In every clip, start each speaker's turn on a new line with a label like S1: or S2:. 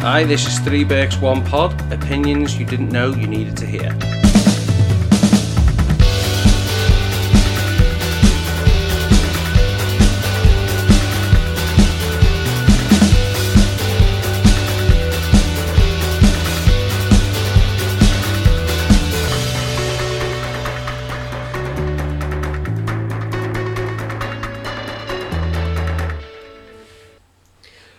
S1: Hi, this is Three Berks One Pod. Opinions you didn't know you needed to hear.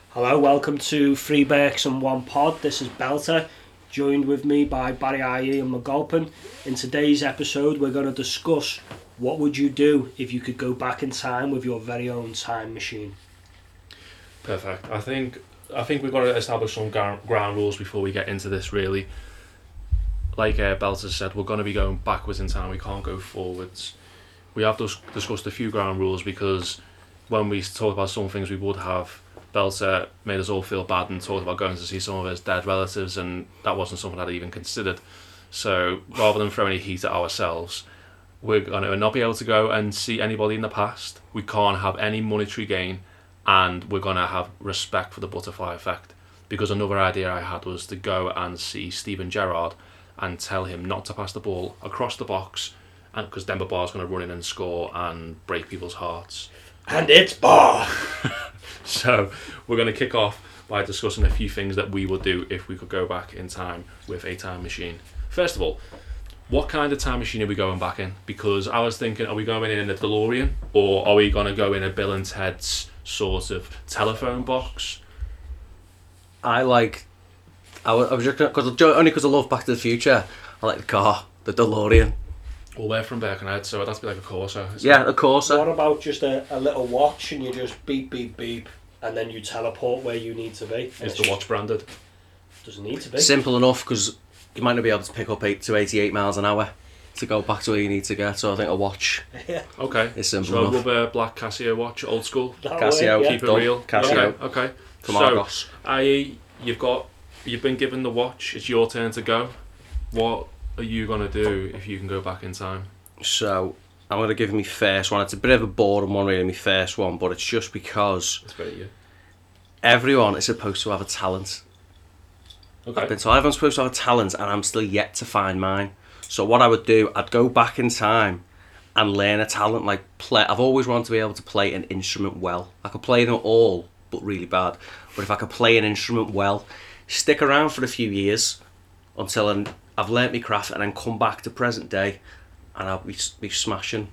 S2: Hello, welcome to Three Berks and One Pod. This is Belter, joined with me by Barry IE and McGulpin. In today's episode, we're going to discuss what would you do if you could go back in time with your very own time machine.
S3: Perfect. I think I think we've got to establish some gar- ground rules before we get into this. Really, like uh, Belter said, we're going to be going backwards in time. We can't go forwards. We have dis- discussed a few ground rules because when we talk about some things we would have, Belter made us all feel bad and talked about going to see some of his dead relatives, and that wasn't something I'd even considered. So rather than throw any heat at ourselves, we're going to not be able to go and see anybody in the past. We can't have any monetary gain and we're gonna have respect for the butterfly effect. Because another idea I had was to go and see Steven Gerrard and tell him not to pass the ball across the box, and because Denver Bar's gonna run in and score and break people's hearts.
S2: And it's bar!
S3: So we're gonna kick off by discussing a few things that we would do if we could go back in time with a time machine. First of all, what kind of time machine are we going back in? Because I was thinking, are we going in in a DeLorean or are we going to go in a Bill and Ted's sort of telephone box?
S1: I like. I wa- I was just because only because I love Back to the Future. I like the car, the DeLorean.
S3: Well, we're from Birkenhead, so it'd have to be like a Corsa. It's
S1: Yeah, of course.
S2: What about just a, a little watch and you just beep, beep, beep, and then you teleport where you need to be?
S3: Is the watch branded?
S2: Doesn't need to be.
S1: Simple enough because you might not be able to pick up eight to eighty-eight miles an hour to go back to where you need to get. So I think a watch,
S3: Okay.
S1: It's simple
S3: So a
S1: enough.
S3: rubber black Casio watch, old school.
S2: That'll
S1: Casio,
S2: work, yeah.
S3: Keep it
S1: Done.
S3: real.
S1: Casio.
S3: Okay. okay.
S1: from
S3: so,
S1: Argos.
S3: I, you've got, you've been given the watch. It's your turn to go. What are you gonna do if you can go back in time?
S1: So I'm gonna give me first one. It's a bit of a boring one, really. My first one, but it's just because
S3: It's about you.
S1: everyone is supposed to have a talent. I've
S3: Okay.
S1: been told everyone's supposed to have a talent, and I'm still yet to find mine. So what I would do, I'd go back in time and learn a talent like play. I've always wanted to be able to play an instrument well. I could play them all, but really bad. But if I could play an instrument well, stick around for a few years until i I've learnt my craft, and then come back to present day, and I'll be, be smashing.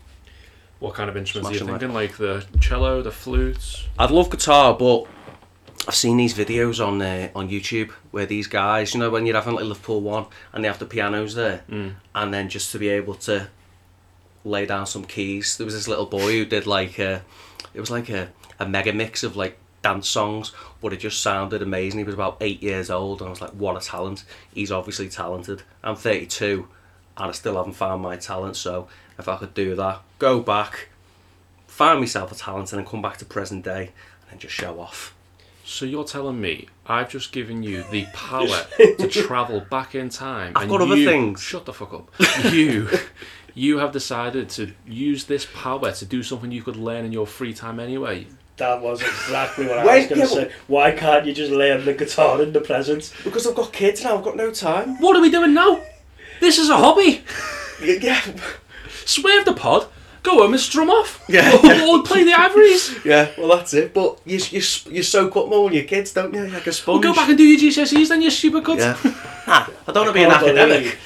S3: What kind of instruments are you
S1: Smash 'em,
S3: thinking? Like the cello, the flute.
S1: I'd love guitar, but I've seen these videos on uh, on YouTube where these guys, you know, when you're having like Liverpool one and they have the pianos there, and then just to be able to lay down some keys. There was this little boy who did like a, it was like a, a mega mix of like dance songs, but it just sounded amazing. He was about eight years old, and I was like, what a talent! He's obviously talented. I'm 32, and I still haven't found my talent. So if I could do that, go back, find myself a talent, and then come back to present day, and then just show off.
S3: So you're telling me I've just given you the power to travel back in time.
S1: I've got other
S3: you-
S1: things.
S3: Shut the fuck up. You, you have decided to use this power to do something you could learn in your free time anyway.
S2: That was exactly what I
S1: Wait,
S2: was going
S1: yeah,
S2: to say. Why can't you just learn the guitar in the present?
S1: Because I've got kids now, I've got no time.
S3: What are we doing now? This is a hobby.
S1: Yeah,
S3: Swerve the pod. Go home and strum off.
S1: Yeah.
S3: or play the ivories.
S1: yeah. Well, that's it. But you you you soak up more on your kids, don't you? Like a
S3: Or
S1: sponge.
S3: go back and do your GCSEs then, you super cunt.
S1: Yeah. Ah, I don't want to be an
S2: Can't
S1: academic.
S2: believe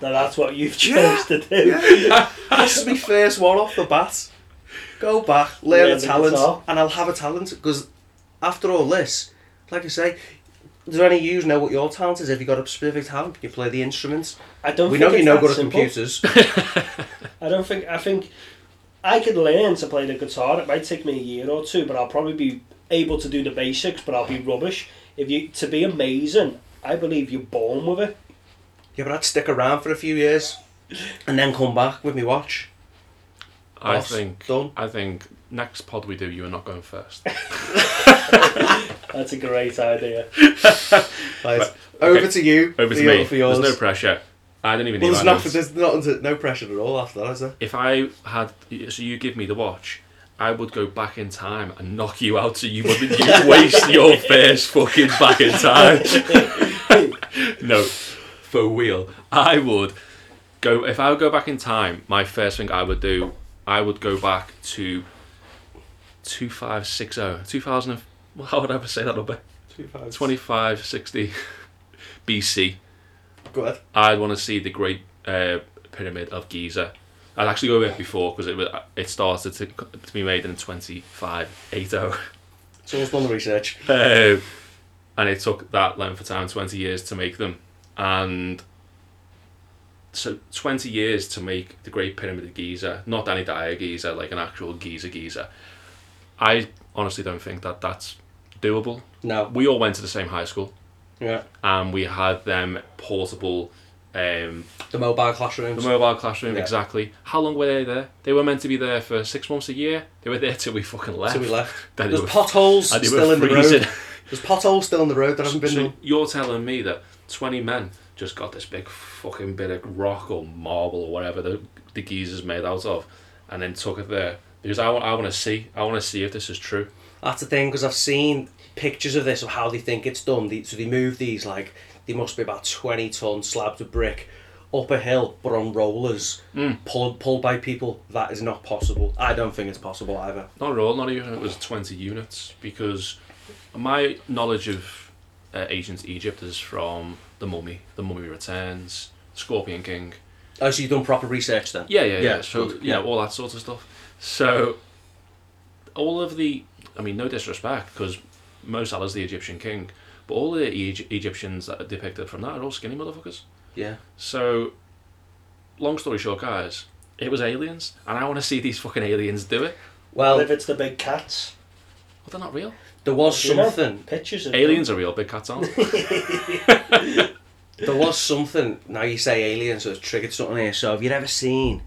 S2: That that's what you've chose
S1: Yeah.
S2: to do.
S1: this is my first one off the bat. Go back, learn
S2: Learn
S1: a
S2: the
S1: talent,
S2: guitar.
S1: and I'll have a talent because after all this, like I say, does any of you know what your talent is? If you got a specific talent, you play the instruments.
S2: I don't
S1: we
S2: think
S1: know you're
S2: it's
S1: no
S2: that
S1: good at
S2: simple.
S1: computers.
S2: I don't think I think I can learn to play the guitar. It might take me a year or two, but I'll probably be able to do the basics, but I'll be rubbish. If you to be amazing, I believe you're born with it.
S1: yeah, but I'd stick around for a few years and then come back with me watch.
S3: I
S1: Boss,
S3: think.
S1: done.
S3: I think next pod we do, you are not going first.
S2: That's a great idea.
S1: Right.
S3: okay.
S1: to you.
S3: Over
S1: for
S3: to
S1: your-
S3: me.
S1: for yours.
S3: There's no pressure. I don't even
S1: Well,
S3: need
S1: there's,
S3: my
S1: not,
S3: notes.
S1: there's not, no pressure at all after that, is there?
S3: if I had, so you give me the watch, I I would go back in time and knock you out so you wouldn't you waste your first fucking back in time. no, for real. I would go if I would go back in time. My first thing I would do, I would go back to two five six zero two thousand. and- well, How would I ever say that number? Twenty five sixty BC.
S4: Go ahead.
S3: I'd want to see the Great uh, Pyramid of Giza. I'd actually go with it before because it was, it started to, to be made in 2580.
S4: Someone's done the research.
S3: Um, and it took that length of time, 20 years, to make them. And so 20 years to make the Great Pyramid of Giza, not Danny Dyer Giza, like an actual Giza Giza. I honestly don't think that that's doable.
S1: No.
S3: We all went to the same high school
S1: Yeah.
S3: and we had them portable um,
S1: The mobile classrooms.
S3: The mobile classroom,
S1: Yeah.
S3: exactly. How long were they there? They were meant to be there for six months a year. They were there till we fucking left.
S1: till we left.
S3: Then
S1: There's
S3: they were,
S1: potholes
S3: and they
S1: still
S3: were
S1: in the
S3: freezing.
S1: road. There's potholes still in the road that haven't been
S3: So
S1: done.
S3: you're telling me that 20 men just got this big fucking bit of rock or marble or whatever the, the geezer's made out of and then took it there? Because I, wa- I want to see. I want to see if this is true.
S1: That's the thing because I've seen pictures of this of how they think it's done. They, so they move these like they must be about twenty ton slabs of brick up a hill, but on rollers, pulled pulled by people. That is not possible. I don't think it's possible either.
S3: Not at all, not even if it was 20 units, because my knowledge of uh, ancient Egypt is from The Mummy, The Mummy Returns, Scorpion King,
S1: Oh, so you've done proper research then?
S3: Yeah, yeah, yeah.
S1: Yeah,
S3: So
S1: good,
S3: you know
S1: yeah.
S3: all that sort of stuff. So all of the, I mean, no disrespect, because Mo Salah's the Egyptian king, but all the e- Egyptians that are depicted from that are all skinny motherfuckers.
S1: Yeah.
S3: So, long story short, guys, it was aliens, and I want to see these fucking aliens do it.
S2: Well,
S1: Well,
S2: if it's the big cats,
S3: Well, they're not real.
S1: there was
S2: You know?
S1: something.
S2: pictures of
S3: Aliens are real, big cats aren't.
S1: There was something. Now you say aliens, so it's triggered something here. So have you ever seen?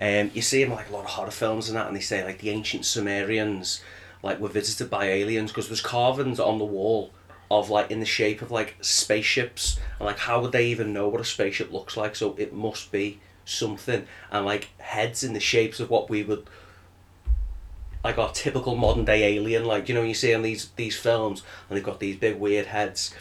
S1: Um, you see in like a lot of horror films and that, and they say like the ancient Sumerians, like were visited by aliens because there's carvings on the wall of like in the shape of like spaceships, and like how would they even know what a spaceship looks like? So it must be something, and like heads in the shapes of what we would. Like our typical modern day alien, like you know, you see in these these films, and they've got these big weird heads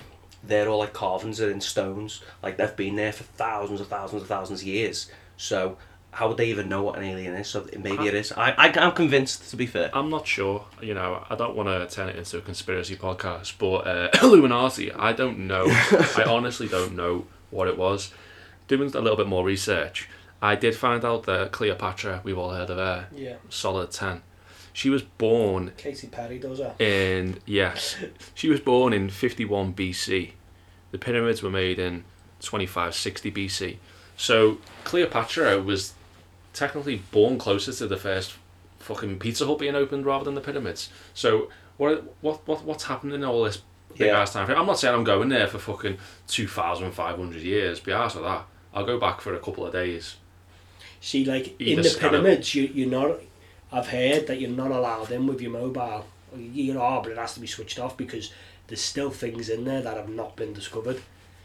S1: they're all like carvings that are in stones. Like they've been there for thousands and thousands and thousands of years. So how would they even know what an alien is? So maybe it is. I, I I'm convinced. To be fair,
S3: I'm not sure. You know, I don't want to turn it into a conspiracy podcast, but uh, Illuminati. I don't know. I honestly don't know what it was. Doing a little bit more research, I did find out that Cleopatra. We've all heard of her.
S2: Yeah,
S3: Solid ten. She was born
S2: Katy Perry does that.
S3: in yes, she was born in fifty one BC. The pyramids were made in twenty five sixty BC. So Cleopatra was technically born closer to the first fucking Pizza Hut being opened rather than the pyramids. So what what what what's happened in all this big
S1: Yeah.
S3: ass time frame? I'm not saying I'm going there for fucking two thousand five hundred years. Be arsed with that. I'll go back for a couple of days.
S2: See, like
S3: Either
S2: in the
S3: scanner.
S2: pyramids, you, you're not. I've heard that you're not allowed in with your mobile. You are, but it has to be switched off because there's still things in there that have not been discovered.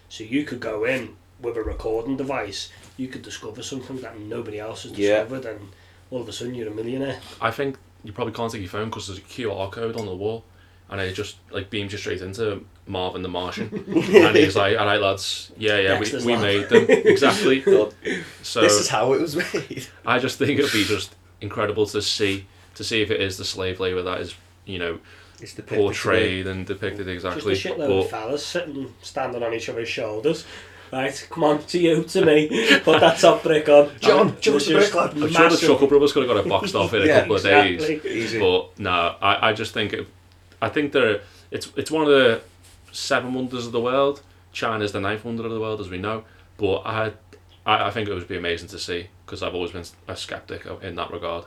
S2: So you could go in with a recording device. You could discover something that nobody else has
S1: Yeah.
S2: discovered, and all of a sudden you're a millionaire.
S3: I think you probably can't take your phone because there's a QR code on the wall, and it just like beams you straight into Marvin the Martian, and he's like, "All right, lads, yeah, yeah, we,
S2: Dexter's
S3: we
S2: Lab."
S3: made them exactly."
S4: God,
S3: So
S4: this is how it was made.
S3: I just think it'd be just incredible to see to see if it is the slave labor that is you know
S1: it's the
S3: portrayed and depicted exactly.
S2: Just a shitload of
S3: But
S2: fellas sitting, standing on each other's shoulders. Right, come on to you, to me. Put that top brick on,
S4: John,
S2: There's
S4: John's the
S2: just
S4: brick lad.
S3: I'm sure the
S2: massive-
S3: Chuckle Brothers could have got it boxed off in a
S1: Yeah,
S3: couple of days.
S2: exactly.
S1: Easy.
S3: But no, I, I just think it, I think there it's it's one of the seven wonders of the world. China's the ninth wonder of the world, as we know. But I I, I think it would be amazing to see because I've always been a skeptic of- in that regard.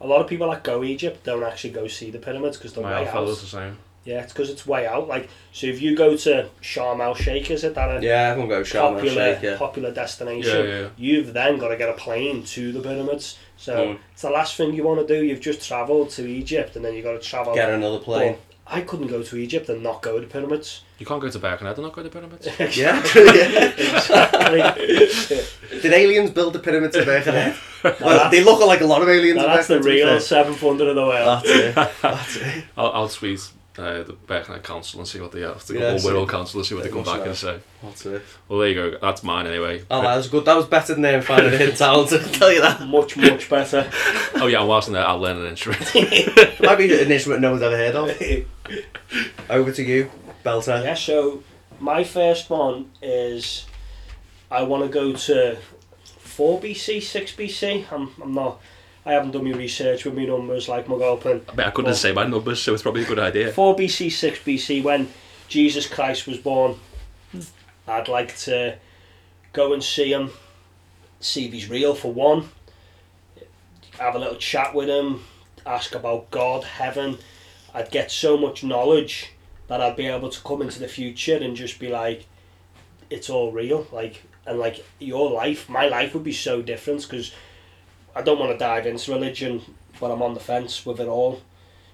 S2: A lot of people that go Egypt don't actually go see the pyramids because they're
S3: My
S2: way
S3: old
S2: out.
S3: fella's the same.
S2: Yeah, it's because it's way out. Like, so if you go to Sharm El Sheikh, is it that a
S1: Yeah, everyone go Sharm el
S2: popular
S1: Sheikh. Yeah.
S2: popular
S3: Yeah,
S2: destination?
S3: yeah.
S2: You've then got to get a plane to the pyramids. So
S3: Mm.
S2: it's the last thing you want to do. You've just travelled to Egypt, and then you got to travel.
S1: Get another plane.
S2: But I couldn't go to Egypt and not go to pyramids.
S3: You can't go to Birkenhead and not go to pyramids.
S1: Yeah. yeah.
S2: Like,
S1: Did aliens build the pyramids of Birkenhead?
S2: that's-
S5: they look like a lot of aliens.
S2: Now
S5: in
S2: that's
S5: there,
S2: the
S5: to be
S2: real
S5: fair.
S2: seventh wonder of the world.
S5: That's it. That's it.
S3: I'll, I'll tweet uh, the Birkenhead Council and see what uh, they have to
S5: Yeah,
S3: go. Or
S5: see.
S3: Wirral Council and see what they
S5: Yeah,
S3: come
S5: what's
S3: back
S5: that?
S3: and say.
S5: That's it.
S3: Well, there you go. That's mine anyway.
S5: Oh, that was good. That was better than them finding it in town. I tell you
S1: Ah.
S5: that.
S2: Much, much better.
S3: oh yeah, and whilst I'm there, I'll learn an instrument.
S5: Might be an instrument no one's ever heard of. Over to you, Belter.
S2: Yeah, so my first one is I want to go to 4 BC, 6 BC. I'm, I'm not, I haven't done my research with my numbers like McAlpin.
S3: I, mean, I couldn't
S2: Well-
S3: say my numbers, so it's probably a good idea.
S2: 4 BC, 6 BC, when Jesus Christ was born, I'd like to go and see him, see if he's real for one, have a little chat with him, ask about God, heaven. I'd get so much knowledge that I'd be able to come into the future and just be like, it's all real. Like, and like your life, my life would be so different because I don't want to dive into religion, but I'm on the fence with it all.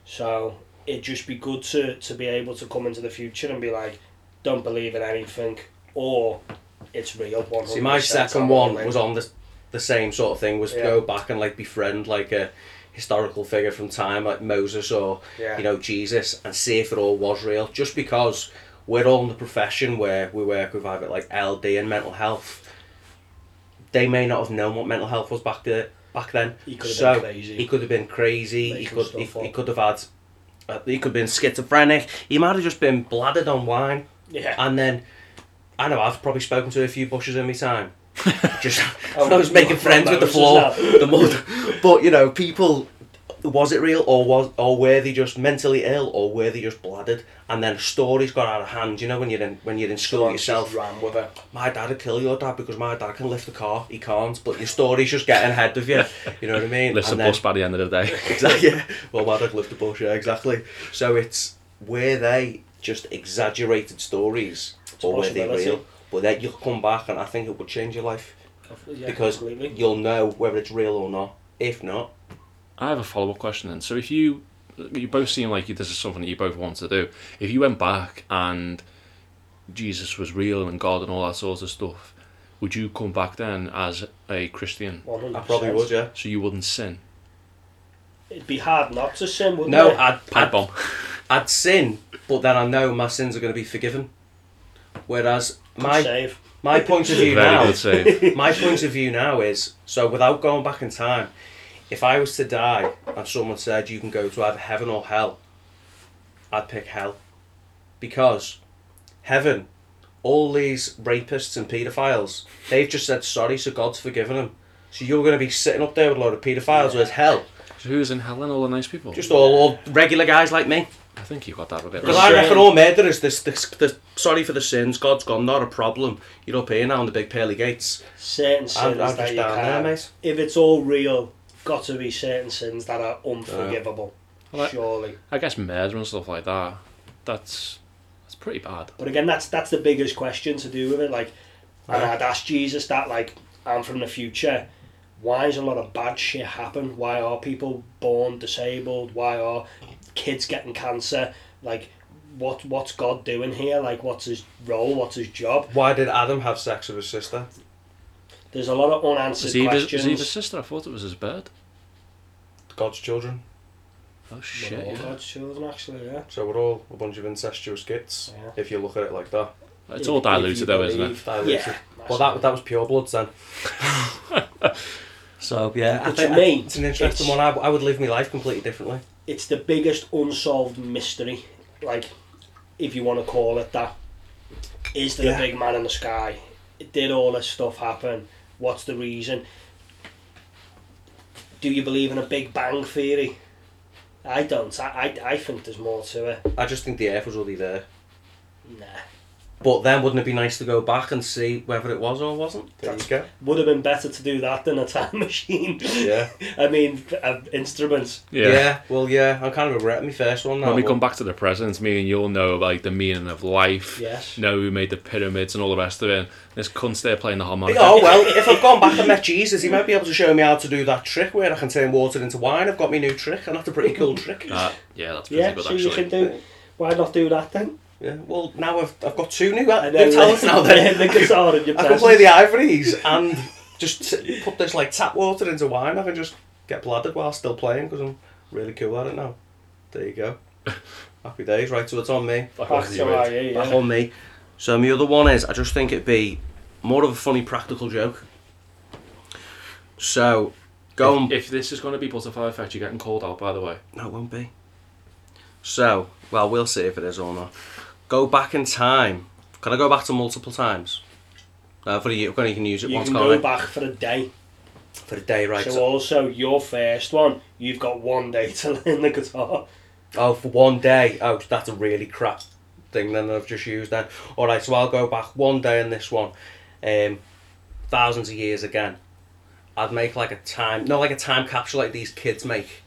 S2: So it'd just be good to, to be able to come into the future and be like, don't believe in anything, or it's real. 100%.
S1: See, my second
S2: I'm
S1: one
S2: all in.
S1: was on the, the same sort of thing, was to
S2: Yeah.
S1: go back and like befriend like a historical figure from time, like Moses or
S2: Yeah.
S1: you know Jesus, and see if it all was real. Just because we're all in the profession where we work with either like LD and mental health, they may not have known what mental health was back there back then.
S2: He could have
S1: so
S2: been crazy.
S1: he could have been crazy.
S2: Making
S1: he could he,
S2: stuff up.
S1: he could have had. Uh, he could have been schizophrenic. He might have just been bladdered on wine.
S2: yeah.
S1: And then, I know I've probably spoken to a few bushers in my time. Just
S2: Oh,
S1: when I was making friends with the
S2: Moses
S1: floor,
S2: now.
S1: the mud. But you know, people, was it real or was or were they just mentally ill or were they just bladdered? And then stories got out of hand. You know, when you're in when you're in school yourself,
S5: ran with it.
S1: my dad would kill your dad because my dad can lift the car, he can't. But your story's just getting ahead of you. You know what I mean?
S3: Lifts a
S1: And then-
S3: bus by the end of the day.
S1: Exactly. Yeah. Well, my dad lived the bush. Yeah, exactly. So it's were they just exaggerated stories, or were they
S2: possibility.
S1: real? But then you'll come back, and I think it will change your life
S2: Yeah,
S1: because
S2: completely.
S1: you'll know whether it's real or not. If not,
S3: I have a follow up question then. So if you you both seem like you, this is something that you both want to do. If you went back and Jesus was real and God and all that sort of stuff, would you come back then as a Christian?
S2: 100%.
S1: I probably would. Yeah.
S3: So you wouldn't sin?
S2: It'd be hard not to sin, wouldn't
S1: No,
S2: it?
S1: I'd,
S3: Pipe
S1: I'd
S3: bomb.
S1: I'd sin, but then I know my sins are going to be forgiven. Whereas
S2: Good
S1: my
S2: save.
S1: my point of view
S3: Very
S1: now,
S3: good save.
S1: my point of view now is so without going back in time, if I was to die and someone said you can go to either heaven or hell, I'd pick hell. Because heaven, all these rapists and paedophiles, they've just said sorry, so God's forgiven them. So you're going to be sitting up there with a lot of paedophiles, whereas hell,
S3: So who's in hell and all the nice people?
S1: just all, all regular guys like me.
S3: I think you got that a bit
S1: Because
S3: right.
S1: I reckon all murderers, this, this, this, sorry for the sins, God's gone, not a problem. You're up here now on the big pearly gates.
S2: Certain
S1: I'm,
S2: sins
S1: I'm
S2: that
S1: just
S2: you
S1: down there,
S2: can't.
S1: mate.
S2: if it's all real, got to be certain sins that are unforgivable.
S3: Well, I-
S2: surely.
S3: I guess murder and stuff like that. That's that's pretty bad.
S2: But again, that's that's the biggest question to do with it. Like, and
S1: Yeah.
S2: I'd ask Jesus that, like, I'm from the future. Why is a lot of bad shit happen? Why are people born disabled? Why are kids getting cancer? Like, what what's God doing here? Like, what's his role? What's his job?
S1: Why did Adam have sex with his sister?
S2: There's a lot of unanswered
S3: Is he, his,
S2: questions.
S3: is he his sister? I thought it was his bird.
S1: God's children.
S3: Oh
S2: We're
S3: shit!
S2: all
S3: yeah.
S2: God's children, actually, yeah.
S1: So we're all a bunch of incestuous kids,
S2: Yeah.
S1: if you look at it like that.
S3: It's all diluted though, isn't it?
S1: Diluted.
S2: Yeah,
S1: Well, that that was pure bloods then. so yeah,
S2: But to me,
S1: it's an interesting
S2: it's-
S1: one. I, I would live my life completely differently.
S2: it's the biggest unsolved mystery, like if you want to call it that. Is there
S1: Yeah.
S2: a big man in the sky? Did all this stuff happen? What's the reason? Do you believe in a Big Bang theory? I don't. I, I, I think there's more to it.
S1: I just think the Earth was already there.
S2: Nah.
S1: But then, wouldn't it be nice to go back and see whether it was or wasn't? There you go.
S2: Would have been better to do that than a time machine.
S1: Yeah.
S2: I mean, uh, instruments.
S1: yeah. Well, yeah. I kind of regret my first one now.
S3: when we
S1: but-
S3: come back to the present, me and you'll know like the meaning of life.
S2: Yes.
S3: Know who made the pyramids and all the rest of it. This cunt's there playing the harmonica.
S1: Oh well, if I've gone back and met Jesus, he might be able to show me how to do that trick where I can turn water into wine. I've got my new trick, and that's a pretty cool trick.
S3: Uh, yeah, that's pretty
S2: Yeah,
S3: good
S2: so
S3: actually.
S2: you can do. Why not do that then?
S1: Yeah, well, now I've, I've got two new, new
S2: And then
S1: talents now then.
S2: the guitar in
S1: I can
S2: your presence.
S1: play the ivories and Just t- put this like tap water into wine. I can just get bladdered while still playing because I'm really cool at it now. There you go. Happy days. Right, so it's on me.
S3: Back
S2: Back
S3: onto
S2: to
S3: you, mate.
S2: IE,
S6: back
S2: yeah.
S6: on me. So my other one is I just think it'd be more of a funny practical joke. So go on.
S3: If, if this is going to be butterfly effect, you're getting called out. By the way,
S6: No, it won't be. So, well, we'll see if it is or not. Go back in time. Can I go back to multiple times? No, for you, you can use it
S2: You
S6: once,
S2: can
S6: can't
S2: go
S6: I?
S2: back for a day.
S1: For the day, right?
S2: so,
S1: So,
S2: also your first one, you've got one day to learn the guitar.
S1: oh, for one day. Oh, that's a really crap thing then that I've just used then. All right, so I'll go back one day in this one. Um, thousands of years again. I'd make like a time, no, like a time capsule like these kids make.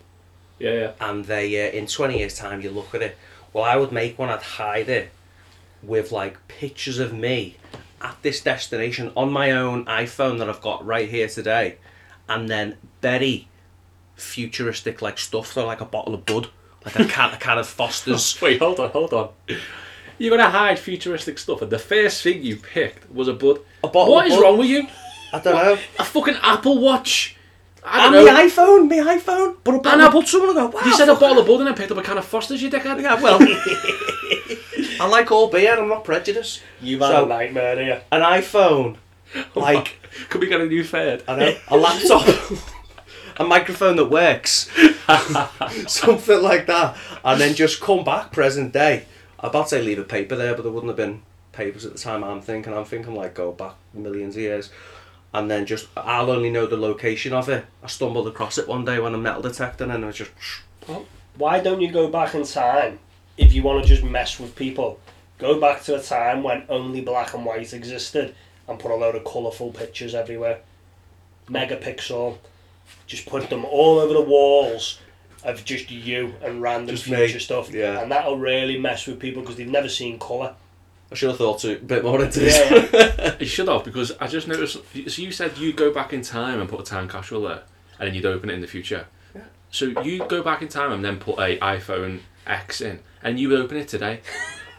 S3: yeah, yeah.
S1: and they uh, in 20 years time you look at it well i would make one i'd hide it with like pictures of me at this destination on my own iphone that i've got right here today and then bury futuristic like stuff so like a bottle of bud like a can, a can of fosters
S3: Wait, hold on, hold on. You're gonna hide futuristic stuff, and the first thing you picked was a bud.
S1: A bottle
S3: What
S1: of
S3: is
S1: bud.
S3: wrong with you?
S1: i don't know
S3: A fucking Apple Watch. I
S1: and
S3: don't
S1: the
S3: know.
S1: iphone the iphone but a
S3: And
S1: bottle
S3: I-
S1: of bud someone will go wow
S3: You said a
S1: fuck."
S3: bottle of bud, and I picked up a can of Foster's. You dickhead.
S1: yeah well i like all beer i'm not prejudiced
S2: You've
S1: had
S2: had
S1: a
S2: a nightmare here.
S1: an iphone like
S3: could we get a new fed?
S1: I know. A laptop. a microphone that works. Something like that. And then just come back present day. I'd about to say leave a paper there, but there wouldn't have been papers at the time I'm thinking. I'm thinking like go back millions of years. And then just I'll only know the location of it. I stumbled across it one day when I'm metal detecting and I was just
S2: Why don't you go back in time if you want to just mess with people? Go back to a time when only black and white existed and put a load of colourful pictures everywhere. Megapixel. Just put them all over the walls of just you and random
S1: Just me,
S2: future stuff.
S1: yeah.
S2: And that'll really mess with people because they've never seen colour.
S1: I should have thought a bit more into this.
S2: Yeah, yeah.
S3: You should have because I just noticed. So you said you go back in time and put a time capsule there, and then you'd open it in the future. So you go back in time and then put a iPhone X in, and you would open it today.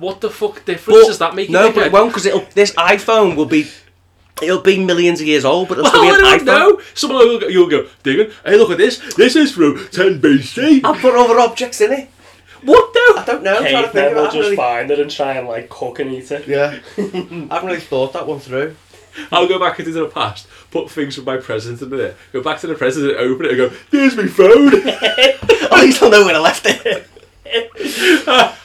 S3: What the fuck difference does that make? you
S6: no, but
S3: dickhead?
S6: it won't because it'll. This iPhone will be, it'll be millions of years old, but it'll
S3: Well,
S6: still be
S3: I
S6: an
S3: don't
S6: iPhone.
S3: know. Someone will go, you'll go, Diggin, hey, look at this. This is from 10 BC.
S1: I'll
S6: Uh,
S1: put other objects in it.
S3: What
S1: I
S3: the?
S1: don't know. I'm trying to think of it.
S2: Cavemen
S1: I
S2: will
S1: haven't
S2: just
S1: really,
S2: find it and try and like cook and eat it.
S1: yeah. I haven't really thought that one through.
S3: I'll go back into the past, put things from my present in there, go back to the present and open it and go, there's my phone.
S1: At least I know where I left it.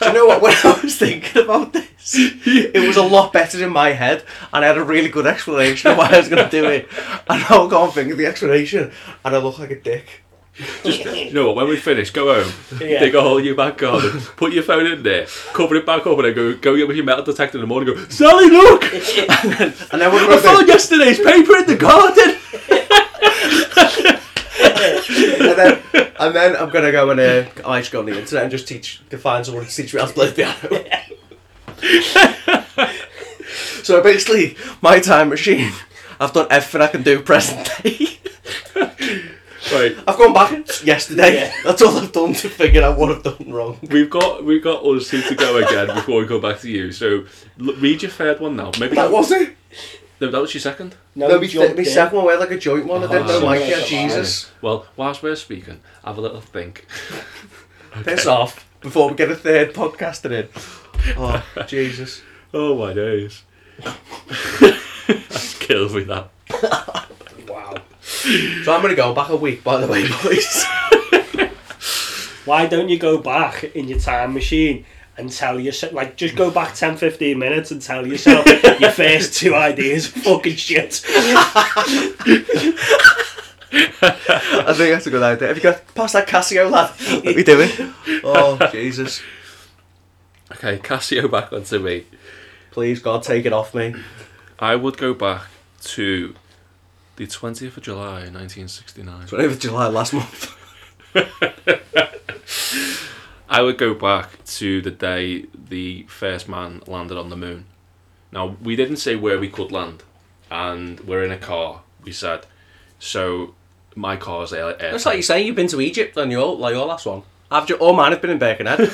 S1: Do you know what? When I was thinking about this, it was a lot better in my head, and I had a really good explanation of why I was going to do it. And I'll go and think of the explanation, and I look like a dick.
S3: you know what, when we finish, go home,
S2: Yeah.
S3: dig a hole in your back garden, put your phone in there, cover it back up and then go, go get with your metal detector in the morning and go, Sally, look!
S1: And then what
S3: I
S1: about
S3: found yesterday's paper in the garden!
S1: and then, and then I'm going to go and uh, I just go on the internet and just teach, to find someone to teach me how to play the piano. so basically, my time machine. I've done everything I can do present day.
S3: Right,
S1: I've gone back yesterday.
S2: Yeah.
S1: That's all I've done to figure out what I've done wrong.
S3: we've got we've got us two to go again before we go back to you. So l- read your third one now. Maybe
S1: That was it.
S3: no, that was your second.
S2: No,
S1: no, we,
S2: jumped
S1: th- we
S2: in.
S1: second one we had like a joint one. I didn't know
S3: so
S1: like
S2: much
S1: yeah,
S2: about
S1: Jesus.
S3: Well, whilst we're speaking, have a little think.
S1: Piss off before we get a third podcaster in. Oh, Jesus.
S3: Oh my days. That's killed me that.
S2: Wow.
S1: So I'm going to go back a week, by the way, boys.
S2: Why don't you go back in your time machine and tell yourself, like, just go back 10, 15 minutes and tell yourself your first two ideas are fucking shit.
S1: I think that's a good idea. Have you got past that Casio lad? What are we doing? Oh, Jesus.
S3: Okay, Casio back onto me.
S1: Please, God, take it off me.
S3: I would go back to the twentieth of July, nineteen sixty nine.
S1: It's over July last month.
S3: I would go back to the day the first man landed on the moon. Now, we didn't say where we could land, and we're in a car, we said. So, my car's air. air
S6: It's like you're saying you've been to Egypt on your like your last one. I've just, oh man, I've been in Birkenhead.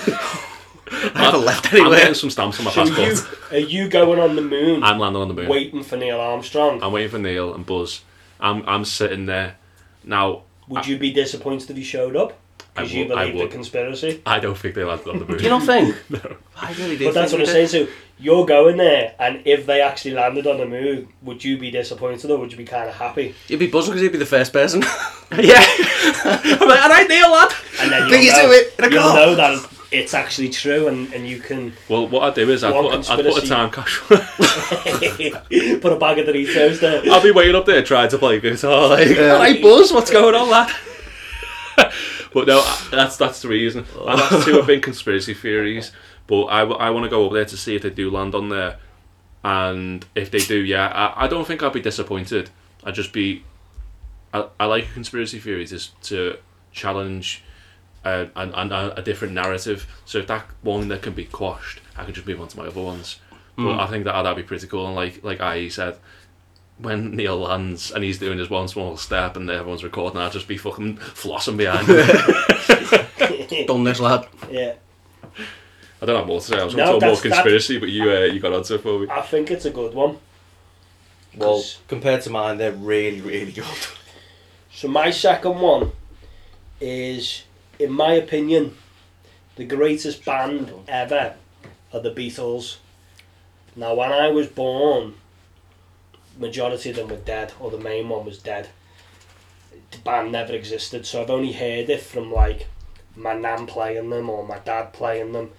S6: I haven't left
S3: I'm
S6: anywhere.
S3: getting some stamps on my
S2: So
S3: passport.
S2: you, are you going on the moon
S3: I'm landing on the moon.
S2: waiting for Neil Armstrong?
S3: I'm waiting for Neil and Buzz I'm I'm sitting there. Now
S2: Would you be disappointed if he showed up?
S3: I
S2: Because you
S3: would- I
S2: believe the
S3: would.
S2: conspiracy.
S3: I don't think they'll have it on the moon.
S6: Do you not think? no. I really do.
S2: But that's what
S6: think
S2: I'm
S6: they
S2: saying. So you're going there, and if they actually landed on the moon, would you be disappointed or would you be kind of happy?
S6: did. You'd be buzzing because you'd be the first person. yeah. I'm like, all right, Neil, lad.
S2: And then
S6: Think
S2: you'll
S6: you
S2: know,
S6: do it in a
S2: you'll
S6: car.
S2: know that it's actually true, and, and you can
S3: Well, what I do is I
S2: One
S3: put, a, I put a
S2: conspiracy.
S3: time capsule.
S2: put a bag of Doritos there.
S3: I'll be waiting up there trying to play guitar. Like,
S6: Yeah.
S3: all right, Buzz, what's going on, lad? but no, I- that's that's the reason. And that's two have been conspiracy theories. But I, want to go up there to see if they do land on there, and if they do, yeah, I, I don't think I'd be disappointed. I'd just be. I, I like conspiracy theories is to challenge. Uh, and, and a, a different narrative. So if that one that can be quashed, I can just move on to my other ones. But I think that that'd be pretty cool. And like like I said, when Neil lands and he's doing his one small step and everyone's recording, I'll just be fucking flossing behind him.
S6: Done this, lad.
S2: yeah,
S3: I don't have more to say. I was
S2: No,
S3: going to talk more
S2: that's- that's-
S3: conspiracy, but you uh, you got onto it for me.
S2: I think it's a good one.
S1: Well,
S2: 'Cause-
S1: compared to mine, they're really, really good.
S2: So my second one is, in my opinion, the greatest band ever are the Beatles. Now, when I was born, majority of them were dead, or the main one was dead. The band never existed, so I've only heard it from like my nan playing them or my dad playing them.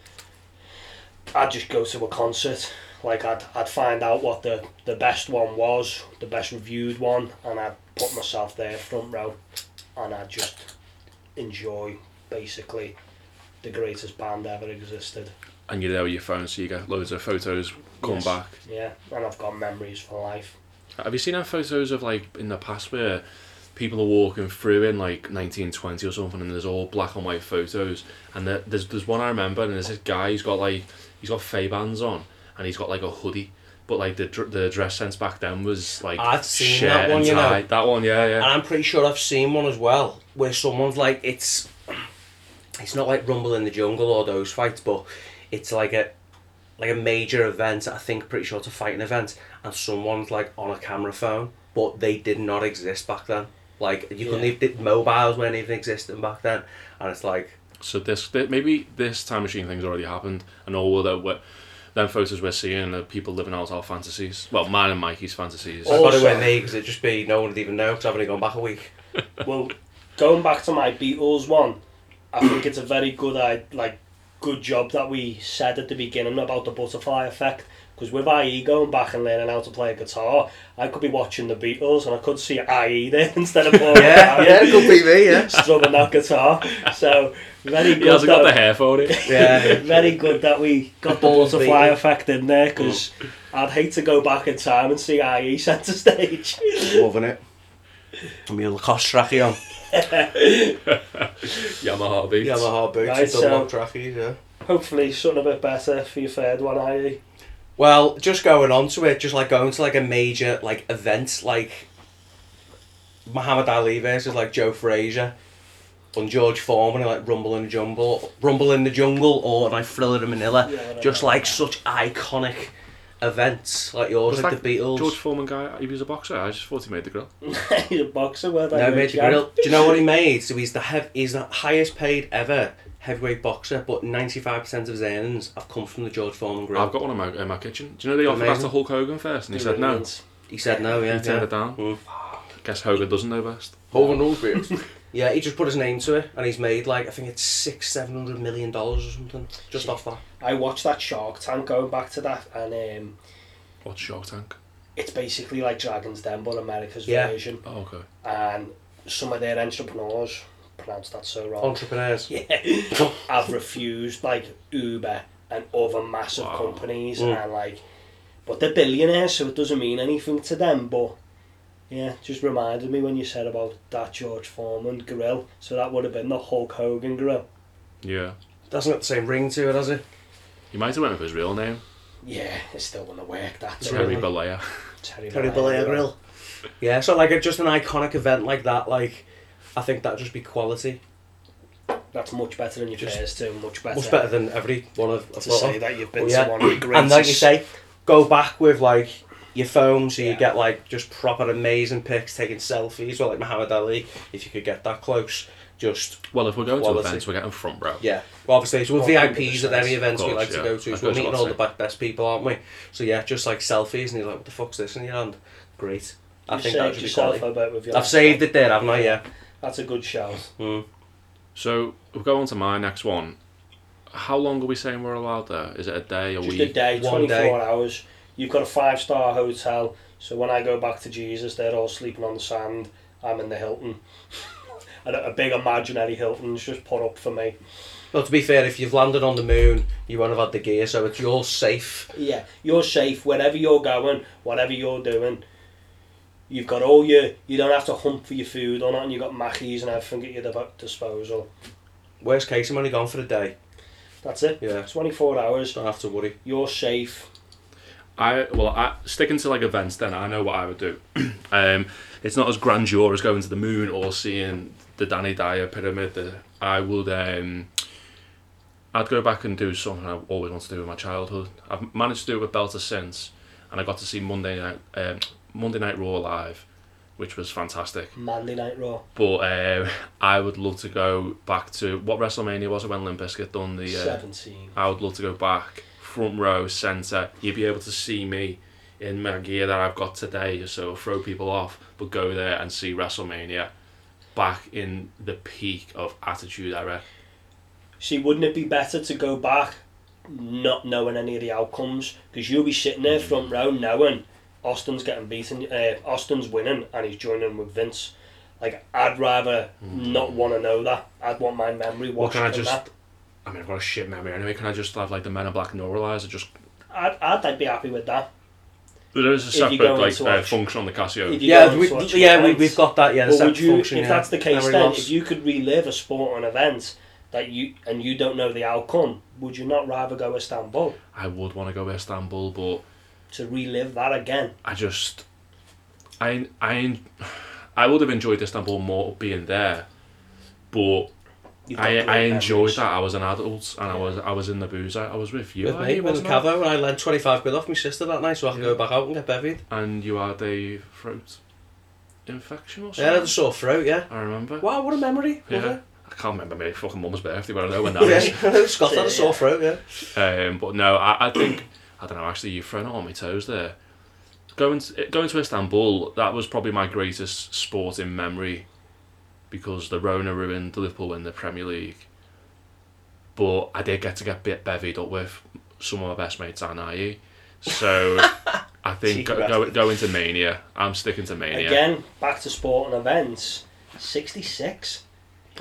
S2: I'd just go to a concert. Like I'd, I'd find out what the, the best one was, the best reviewed one, and I'd put myself there front row, and I'd just enjoy basically the greatest band ever existed.
S3: And you know your phone, so you get loads of photos come
S2: Yes.
S3: back.
S2: Yeah, and I've got memories for life.
S3: Have you seen our photos of like in the past where people are walking through in like 1920 or something, and there's all black and white photos, and there, there's there's one I remember, and there's this guy who's got like he's got fey bands on, and he's got like a hoodie. But like the dr- the dress sense back then was like
S1: I've seen
S3: shirt
S1: that one,
S3: and
S1: you know.
S3: tie. that one yeah yeah
S1: And I'm pretty sure I've seen one as well where someone's like it's it's not like Rumble in the Jungle or those fights, but it's like a like a major event. I think pretty sure it's a fighting event, and someone's like on a camera phone, but they did not exist back then. Like you couldn't
S2: Yeah.
S1: even did mobiles weren't even existing back then, and it's like
S3: So this th- maybe this time machine thing's already happened, and all that we them photos we're seeing are people living out our fantasies. Well, mine and Mikey's fantasies.
S1: I got it
S2: Also-
S1: with me because it'd just be no one would even know because I've only gone back a week.
S2: Well, going back to my Beatles one, I think it's a very good I like good job that we said at the beginning about the butterfly effect. Because with IE going back and learning how to play guitar, I could be watching the Beatles and I could see IE there instead of Paul
S1: Yeah,
S2: McCartney
S1: yeah, it could be me. Yeah,
S2: strumming that guitar. So very
S3: he
S2: good.
S3: hasn't
S2: that-
S3: got the hair for it.
S1: yeah.
S2: very good that we got the
S1: Balls
S2: butterfly
S1: beating.
S2: effect in there because
S3: Mm.
S2: I'd hate to go back in time and see IE centre stage.
S1: Loving it. I'm your Lacoste trackie on.
S3: Yamaha beats.
S1: Yeah, my hard boots.
S2: Right,
S1: and Dunlop
S2: so-
S1: trackies. Yeah.
S2: Hopefully, something a bit better for your third one, E. IE.
S1: Well, just going on to it, just like going to like a major like event, like Muhammad Ali versus like Joe Frazier, and George Foreman, like Rumble in the Jungle, Rumble in the Jungle, or like Thriller in Manila.
S2: Yeah, I don't
S1: just
S2: know.
S1: like such iconic events, like yours,
S3: Was
S1: like
S3: that
S1: the Beatles.
S3: George Foreman guy, he was a boxer. I just thought he made the grill.
S2: He's a boxer, well done.
S1: no,
S2: mate,
S1: made the
S2: Jack.
S1: grill. Do you know what he made? So he's the hev- he's the highest paid ever heavyweight boxer, but ninety five percent of his earnings have come from the George Foreman grill.
S3: I've got one in my, in my kitchen. Do you know they offered that
S1: Amazing.
S3: to Hulk Hogan first, and he said no.
S2: Brilliant.
S1: He said no, yeah.
S3: He turned
S1: yeah.
S3: it down.
S1: Mm.
S3: Guess Hogan doesn't know best.
S1: Hogan knows Yeah, he just put his name to it, and he's made like I think it's six, seven hundred million dollars or something just off that.
S2: I watched that Shark Tank going back to that, and um,
S3: What's Shark Tank?
S2: it's basically like Dragon's Den, but America's
S1: Yeah.
S2: version.
S3: Oh, okay.
S2: And some of their entrepreneurs, pronounced that so
S1: Oh.
S2: wrong,
S1: Entrepreneurs.
S2: yeah, have refused like Uber and other massive
S3: Wow.
S2: companies,
S1: Mm.
S2: and like, but they're billionaires, so it doesn't mean anything to them. But yeah, just reminded me when you said about that George Foreman grill. So that would have been the Hulk Hogan grill.
S3: Yeah.
S1: Doesn't have the same ring to it, does it?
S3: He might have went with his real name,
S2: Yeah, it's still gonna work. That's
S3: Terry Balea.
S2: Terry
S1: Terry
S2: Bollea
S1: Bollea grill. Yeah, so like a, just an iconic event like that, like I think that'd just be quality.
S2: That's much better than your
S1: Just-
S2: first two. Much better.
S1: Much better than every one of. I've
S2: to
S1: thought
S2: say
S1: of.
S2: that you've been
S1: Yeah.
S2: to one of the greatest.
S1: And like you say, go back with like your phone, so you
S2: Yeah.
S1: get like just proper amazing pics, taking selfies, or like Muhammad Ali, if you could get that close. Just
S3: Well, if we're going to
S1: Quality.
S3: events, we're getting front row.
S1: yeah. Well, obviously, so we're
S2: Well,
S1: VIPs at
S2: 100%,
S1: every event we
S3: course,
S1: like
S3: yeah.
S1: to go to,
S3: That
S1: so we're
S3: goes
S1: meeting
S3: without
S1: all the
S3: saying.
S1: be- best people, aren't we? So yeah, just like selfies, and you're like, what the fuck's this in your hand? Great. I
S2: you
S1: think that
S2: saved
S1: should be
S2: yourself
S1: quality.
S2: a bit with your
S1: I've saved it there, haven't I? Yeah.
S2: That's a good shout.
S1: Mm.
S3: So we'll go on to my next one. How long are we saying we're allowed there? Is it a day, a
S2: Just a
S3: week?
S2: day,
S1: One
S2: 24
S1: day.
S2: hours. You've got a five star hotel, so when I go back to Jesus, they're all sleeping on the sand. I'm in the Hilton. a, a big imaginary Hilton's just put up for me.
S1: Well, to be fair, if you've landed on the moon, you won't have had the gear, so it's your safe.
S2: Yeah, you're safe wherever you're going, whatever you're doing. You've got all your. You don't have to hunt for your food or not, and you've got Mackies and everything at your di- disposal.
S1: Worst case, I'm only gone for a day.
S2: That's it.
S1: Yeah.
S2: 24 hours.
S1: Don't have to worry.
S2: You're safe.
S3: I well, I, sticking to like events, then I know what I would do. um, it's not as grandeur as going to the moon or seeing the Danny Dyer pyramid. The, I would. Um, I'd go back and do something I've always wanted to do in my childhood. I've managed to do it with Belter since, and I got to see Monday night um, Monday Night Raw live, which was fantastic.
S2: Monday Night Raw.
S3: But um, I would love to go back to what WrestleMania was it when Limp Bizkit done the. Uh,
S2: 17.
S3: I would love to go back, front row, centre. You'd be able to see me in my gear that I've got today, so it'll throw people off, but go there and see WrestleMania back in the peak of Attitude Era.
S2: See, wouldn't it be better to go back not knowing any of the outcomes? Because you'll be sitting
S3: Mm.
S2: there front row knowing Austin's getting beaten, uh, Austin's winning, and he's joining with Vince. Like, I'd rather not want to know that. I'd want my memory
S3: Well,
S2: washed
S3: Mm. can I
S2: from
S3: just-
S2: that.
S3: I mean, I've got a shit memory anyway. Can I just have like the Men in Black neuralizer? Just
S2: I'd, I'd, I'd be happy with that.
S3: there is a
S2: If you go
S3: separate
S2: on
S3: like
S2: to
S3: uh,
S2: watch-
S3: function on the Casio.
S2: If you go
S1: yeah,
S2: on
S1: we,
S2: to watch
S1: yeah, we,
S2: events.
S1: we've got that. Yeah, the
S2: But would
S1: separite
S2: you,
S1: function.
S2: if
S1: yeah.
S2: that's the case,
S1: Everyone
S2: then
S1: else.
S2: if you could relive a sport and event that you and you don't know the outcome, would you not rather go Istanbul
S3: I would want to go Istanbul, but
S2: to relive that again?
S3: I just, I, I, I would have enjoyed Istanbul more being there, but
S2: You've got
S3: I,
S2: great
S3: I enjoyed
S2: memories.
S3: that. I was an adult and I was I was in the booze. I, I was with you.
S1: with
S3: weren't
S1: me,
S3: you,
S1: with
S3: wasn't
S1: Cavo, and I lent 25 quid off my sister that night so I can go back out and get bevied.
S3: I? And you had a throat infection or
S1: Yeah, I had a
S3: something.
S1: sore throat, yeah.
S3: I remember.
S1: Wow, what a memory.
S3: Yeah.
S1: Love it.
S3: I can't remember my fucking mum's birthday, but I know when that
S1: Yeah,
S3: is.
S1: Scott had a sore throat, yeah.
S3: Um, but no, I, I think I don't know. Actually, you've thrown it on my toes there. Going to, going to Istanbul, that was probably my greatest sporting memory, because the Rona ruined Liverpool in the Premier League. But I did get to get bit bevied up with some of my best mates and IE. So I think go, go, go into Mania. I'm sticking to Mania.
S2: Again, back to sport and events. 66.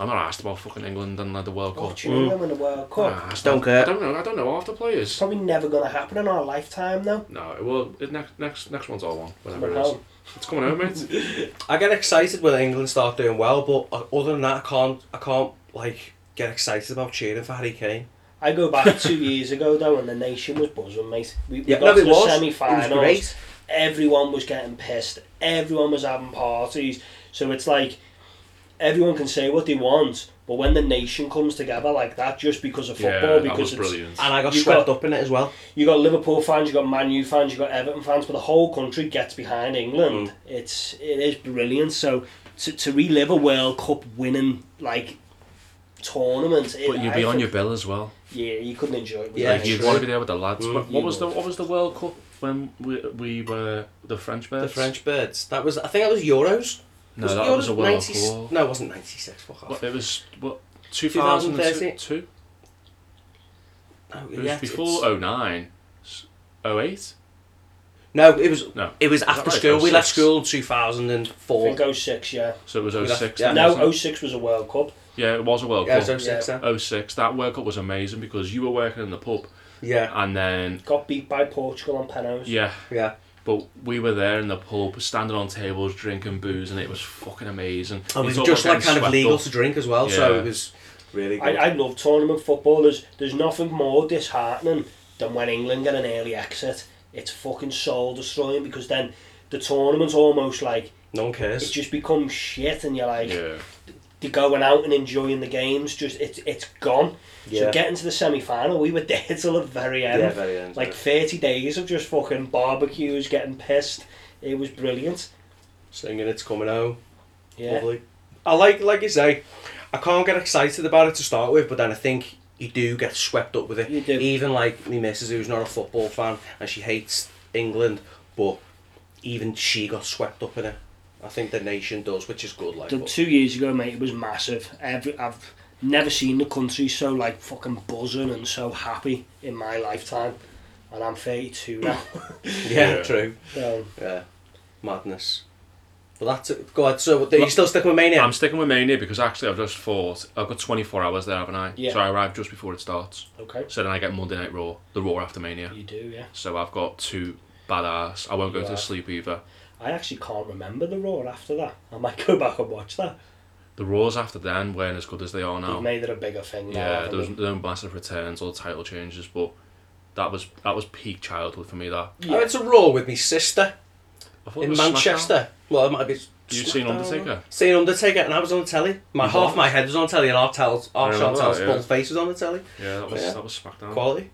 S3: I'm not asked about fucking England and like, the World
S2: Oh,
S3: Cup.
S2: do you know when the World
S3: I'm
S2: Cup?
S3: not asked.
S1: Don't
S3: I
S1: care.
S3: don't know. I don't know after
S2: It's
S3: players.
S2: probably never going to happen in our lifetime, though.
S3: No, well, it, next next next one's all on. Whatever
S2: Coming
S3: it is,
S2: home.
S3: it's coming home, mate.
S1: I get excited when England start doing well, but uh, other than that, I can't, I can't like, get excited about cheering for Harry Kane.
S2: I go back two years ago, though, and the nation was buzzing, mate. We, we
S1: Yeah,
S2: got
S1: no,
S2: to
S1: it
S2: the
S1: was.
S2: semi
S1: It was
S2: finals.
S1: great.
S2: Everyone was getting pissed. Everyone was having parties. So it's like everyone can say what they want, but when the nation comes together like that, just because of football,
S3: Yeah, that was
S2: because it's,
S3: brilliant.
S1: And I got
S2: You
S1: swept
S2: got-
S1: up in it as well.
S2: you got Liverpool fans, you got Man U fans, you got Everton fans, but the whole country gets behind
S3: Mm.
S2: England. It's it is brilliant. So to, to relive a World Cup winning like tournament, it-
S3: But you'd
S2: I
S3: be on
S2: think-
S3: your bill as well.
S2: yeah, you couldn't enjoy it.
S1: Yeah,
S3: like you'd
S1: true.
S3: want to be there with the lads.
S1: Mm.
S3: What,
S2: You
S3: what was the
S2: would.
S3: what was the World Cup when we, we were the French
S1: The
S3: birds?
S1: French birds. That was, I think that was Euros.
S3: No,
S1: it
S3: that was
S1: Euros?
S3: a World
S1: 90
S3: Cup.
S1: No, it wasn't 96, fuck off.
S3: What, it was what
S1: 2013?
S3: 2002.
S1: No,
S3: It was
S1: yeah, it's- it's-
S3: before uh, 09, s- 08.
S1: No, it was,
S3: No,
S1: it was
S3: Is that
S1: after
S3: right?
S1: school. We left
S3: 06.
S1: school in 2004.
S2: I think 06, yeah.
S3: so it was
S1: We left-
S3: 06.
S1: yeah. oh
S3: then, wasn't
S2: No,
S3: it?
S2: 06 was a World Cup.
S3: yeah, it was a World
S1: Yeah,
S3: Cup.
S1: it was 06, yeah.
S3: 06. That World Cup was amazing because you were working in the pub,
S1: Yeah,
S3: and then
S2: Got beat by Portugal on penalties.
S3: yeah,
S1: yeah.
S3: but we were there in the pub, standing on tables, drinking booze, and it was fucking amazing.
S1: And
S3: You
S1: it was
S3: talk
S1: just
S3: about
S1: like
S3: getting
S1: kind of
S3: swept
S1: legal
S3: up.
S1: to drink as well, so
S3: Yeah.
S1: it was really
S2: I,
S1: good.
S2: I love tournament football. There's, there's nothing more disheartening than when England get an early exit. It's fucking soul destroying because then the tournament's almost like
S1: no one
S2: it
S1: cares.
S2: just becomes shit and you're like,
S3: Yeah,
S2: the going out and enjoying the games just it's it's gone. So
S1: Yeah.
S2: getting to the semi final, we were there till the very end.
S1: yeah, very end.
S2: like thirty days of just fucking barbecues, getting pissed. It was brilliant.
S1: singing, it's coming home.
S2: Yeah.
S1: Lovely. I like, like you say, I can't get excited about it to start with, but then I think you do get swept up with it.
S2: You do.
S1: Even like my missus, who's not a football fan and she hates England, but even she got swept up in it. I think the nation does, which is good. Like,
S2: The-
S1: but-
S2: two years ago, mate, it was massive. Every I've never seen the country so like fucking buzzing and so happy in my lifetime, and I'm 32 now.
S1: yeah,
S3: Yeah.
S1: true.
S2: So
S1: Yeah, madness. But that's it. Go ahead. So, what- are you still sticking with Mania?
S3: I'm sticking with Mania because actually I've just thought I've got 24 hours there, haven't I?
S2: Yeah.
S3: So I arrived just before it starts.
S2: okay,
S3: So then I get Monday Night Raw, the Raw after Mania.
S2: you do, yeah.
S3: So I've got two badass. I won't go
S2: Yeah.
S3: to sleep either.
S2: I actually can't remember the roar after that. I might go back and watch that.
S3: The Raws after then weren't as good as they are
S2: They've
S3: now.
S2: made it a bigger thing. now,
S3: Oh. Yeah,
S2: haven't
S3: there was
S2: they?
S3: no massive returns or title changes, but that was that was peak childhood for me. That
S1: I went to Raw with my sister
S3: I thought it
S1: in
S3: was SmackDown.
S1: Manchester. Well, it might be.
S3: You've seen
S1: Smackdown.
S3: Undertaker?
S1: Seen Undertaker, and I was on the telly. My
S3: You
S1: half
S3: what?
S1: my head was on the telly, and half Tell's, half
S3: remember
S1: Chantel's
S3: that,
S1: full
S3: yeah.
S1: face was on the telly.
S3: Yeah, that was
S1: Yeah.
S3: that was SmackDown.
S1: Quality.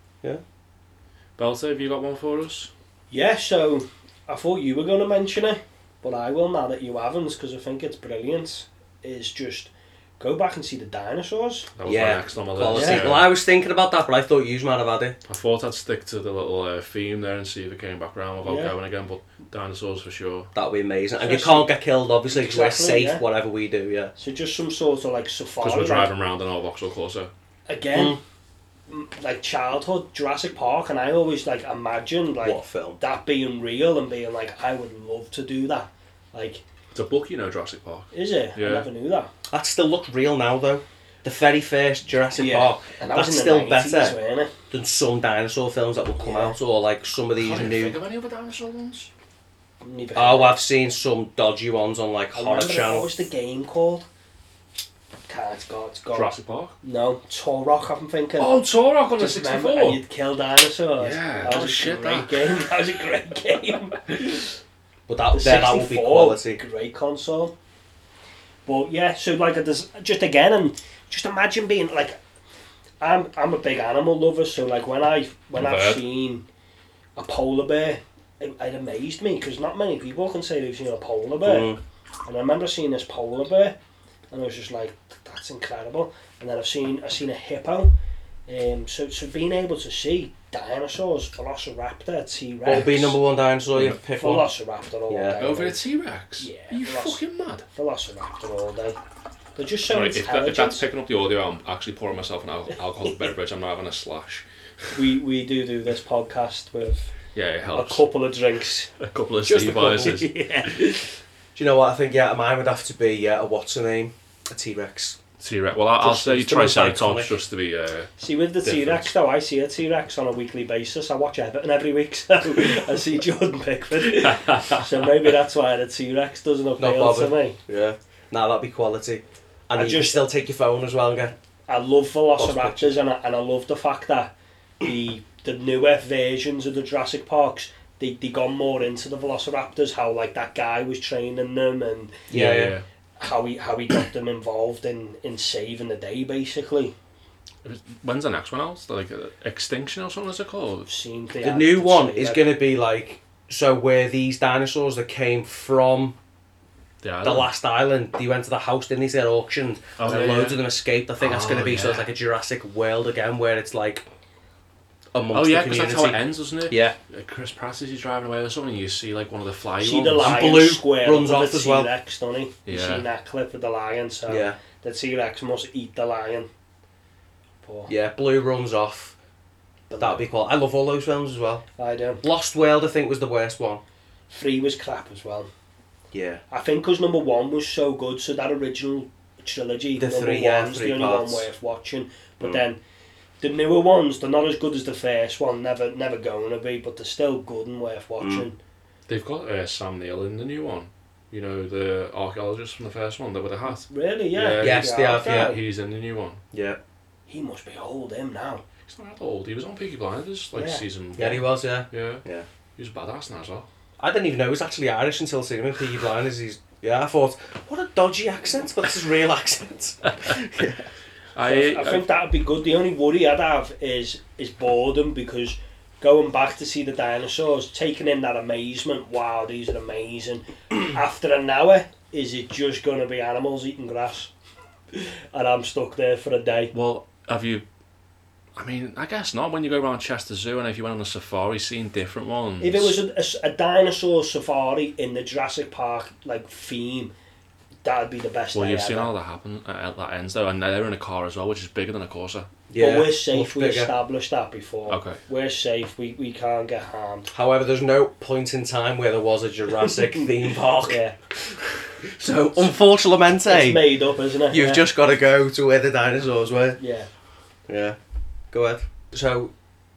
S3: Belter, have you got one for us?
S2: Yeah, so I thought you were going to mention it, but I will now that you haven't, because I think it's brilliant. Is just go back and see the dinosaurs.
S3: That was
S1: Yeah,
S3: my next on my
S1: Quality.
S3: list.
S2: Yeah.
S1: Well, I was thinking about that, but I thought you might have had it.
S3: I thought I'd stick to the little uh, theme there and see if it came back round without
S2: Yeah.
S3: going again, but dinosaurs for sure.
S1: That would be amazing. And you
S2: Especially-
S1: can't get killed, obviously, because
S2: Exactly,
S1: we're safe,
S2: yeah.
S1: whatever we do, yeah.
S2: So just some sort of like
S3: Because
S2: safari.
S3: we're
S2: like,
S3: driving around in our Vauxhall Corsa.
S2: again, m like childhood Jurassic Park, and I always like imagined like
S1: what a film.
S2: that being real and being like, I would love to do that. Like,
S3: It's a book, you know, Jurassic Park.
S2: is it? I
S3: Yeah.
S2: never knew that.
S1: That still looks real now, though. The very first Jurassic
S2: Yeah.
S1: Park
S2: And that was
S1: That's
S2: in the
S1: still
S2: 90s,
S1: better.
S2: weren't it?
S1: than some dinosaur films that will come
S2: Yeah.
S1: out, or like some of these
S3: Can't even think
S1: new.
S3: of any other dinosaur ones.
S2: Neither-
S1: Oh, I've seen some dodgy ones on like
S2: I remember
S1: Horror
S2: the-
S1: Channel.
S2: What was the game called? God, it's God, it's God.
S3: Jurassic Park.
S2: No, Torok, I'm thinking.
S3: Oh, Torok on the
S2: Just remember, and
S3: 64.
S2: you'd kill dinosaurs.
S3: Yeah,
S2: that was
S3: oh
S2: a
S3: shit,
S2: great
S3: that.
S2: game. That was a great game.
S1: But
S2: The
S1: that, then that will be
S2: 64,
S1: quality.
S2: Great console. But yeah, so like, there's just again, and just imagine being like, I'm I'm a big animal lover, so like when I when
S3: Not
S2: I've
S3: bad.
S2: seen a polar bear, it, it amazed me because not many people can say they've seen a polar bear.
S1: Mm.
S2: And I remember seeing this polar bear, and I was just like, "That's incredible." And then I've seen I've seen a hippo. Um, so so being able to see dinosaurs, Velociraptor, T
S1: What
S2: Rex,
S1: would be number one dinosaur? You
S3: Yeah.
S1: have to pick one.
S2: Velociraptor all
S1: Yeah.
S2: day.
S3: Over a
S2: mate.
S3: T Rex.
S2: Yeah,
S3: Are you
S2: Velociraptor.
S3: fucking mad?
S2: Velociraptor all day. They're just so
S3: Sorry, if, that,
S2: intelligent.
S3: if that's picking up the audio, I'm actually pouring myself an al- alcoholic beverage. I'm not having a slash.
S2: we we do do this podcast with
S3: Yeah, it
S2: a
S3: helps.
S2: couple of drinks.
S3: A couple of
S1: Just a
S3: Steve
S1: couple.
S3: Eises.
S2: yeah.
S1: Do you know what I think? Yeah, mine would have to be yeah, a what's her name, a T Rex.
S3: T Rex. Well, I'll, I'll
S1: Just-
S3: say
S1: it's the most
S3: Triceratops
S1: iconic.
S3: just to be. Uh,
S2: See, with the T
S3: Different.
S2: Rex though, I see a T Rex on a weekly basis. I watch Everton every week, so I see Jordan Pickford. so maybe that's why the T Rex doesn't appeal to
S1: bothered.
S2: me.
S1: Yeah. Now that'd be quality. And
S2: I
S1: you can
S2: just-
S1: still take your phone as well and get.
S2: I love
S1: Lost
S2: Velociraptors, and I, and I love the fact that the the newer versions of the Jurassic Parks. They, they gone more into the Velociraptors, how like that guy was training them, and
S1: Yeah, yeah.
S2: how he how he got them involved in in saving the day. Basically,
S3: It was- When's the next one else? Like uh, Extinction or something? Is it called?
S2: I've seen
S1: The new one is
S2: good.
S1: going to be like so where these dinosaurs that came from
S3: Yeah.
S1: the last island, they went to the house, didn't they? They're auctioned,
S3: Oh,
S1: and then
S3: yeah,
S1: loads
S3: yeah.
S1: of them escaped. I think that's
S3: Oh,
S1: going to be so it's
S3: yeah.
S1: like a Jurassic World again, where it's like
S3: Oh
S1: amongst
S3: yeah,
S1: the
S3: because that's
S1: community.
S3: how it ends, doesn't it?
S1: yeah,
S3: Uh, Chris Pratt is he's driving away or something. You see like one of the fly.
S2: See the
S3: ones.
S1: lamp.
S2: lion
S1: Blue
S2: square
S1: runs
S2: up with
S1: off
S2: the
S1: as well.
S2: T-Rex, don't he? You
S3: Yeah.
S2: seen that clip of the lion, so
S1: yeah,
S2: the T-Rex must eat the lion. But
S1: yeah. Blue runs off. But that'd be cool. I love all those films as well.
S2: I do.
S1: Lost World, I think, was the worst one.
S2: um, Three was crap as well.
S1: Yeah.
S2: I think because number one was so good, so that original trilogy,
S1: The
S2: number
S1: three, yeah,
S2: one's
S1: three
S2: the only
S1: parts.
S2: one worth watching. But
S1: Mm.
S2: then the newer ones, they're not as good as the first one. Never, never going to be, but they're still good and
S1: Mm.
S2: worth watching.
S3: They've got uh, Sam Neill in the new one. You know the archaeologist from the first one that with a hat.
S2: Really? Yeah.
S3: Yeah.
S1: Yes, they have,
S2: okay.
S1: yeah.
S3: He's in the new one.
S1: Yeah.
S2: He must be old him now.
S3: He's not that old. He was on Peaky Blinders like
S2: Yeah.
S3: season. One.
S1: Yeah, he was, yeah.
S3: Yeah.
S1: Yeah.
S3: He was a badass now as well.
S1: I didn't even know he was actually Irish until seeing him in Peaky Blinders. He's Yeah, I thought, what a dodgy accent, but this is real accent.
S3: I, uh,
S2: I think that would be good. The only worry I'd have is is boredom because going back to see the dinosaurs, taking in that amazement, wow, these are amazing. After an hour, is it just going to be animals eating grass? And I'm stuck there for a day.
S3: well, have you? I mean, I guess not. When you go around Chester Zoo and if you went on a safari, seeing different ones.
S2: If it was a, a s- a dinosaur safari in the Jurassic Park like theme, that'd be the best.
S3: well,
S2: day
S3: you've
S2: ever.
S3: seen how that happen uh, that ends though, and they're in a car as well, which is bigger than a
S2: but
S3: Corsa.
S2: we're
S1: much
S2: safe. We
S1: bigger.
S2: established that before.
S3: Okay.
S2: We're safe. We, we can't get harmed.
S1: However, there's no point in time where there was a Jurassic theme park.
S2: Yeah,
S1: So, unfortunately,
S2: it's made up, isn't it?
S1: you've
S2: yeah.
S1: just got to go to where the dinosaurs were.
S2: yeah.
S1: Yeah. Go ahead. So,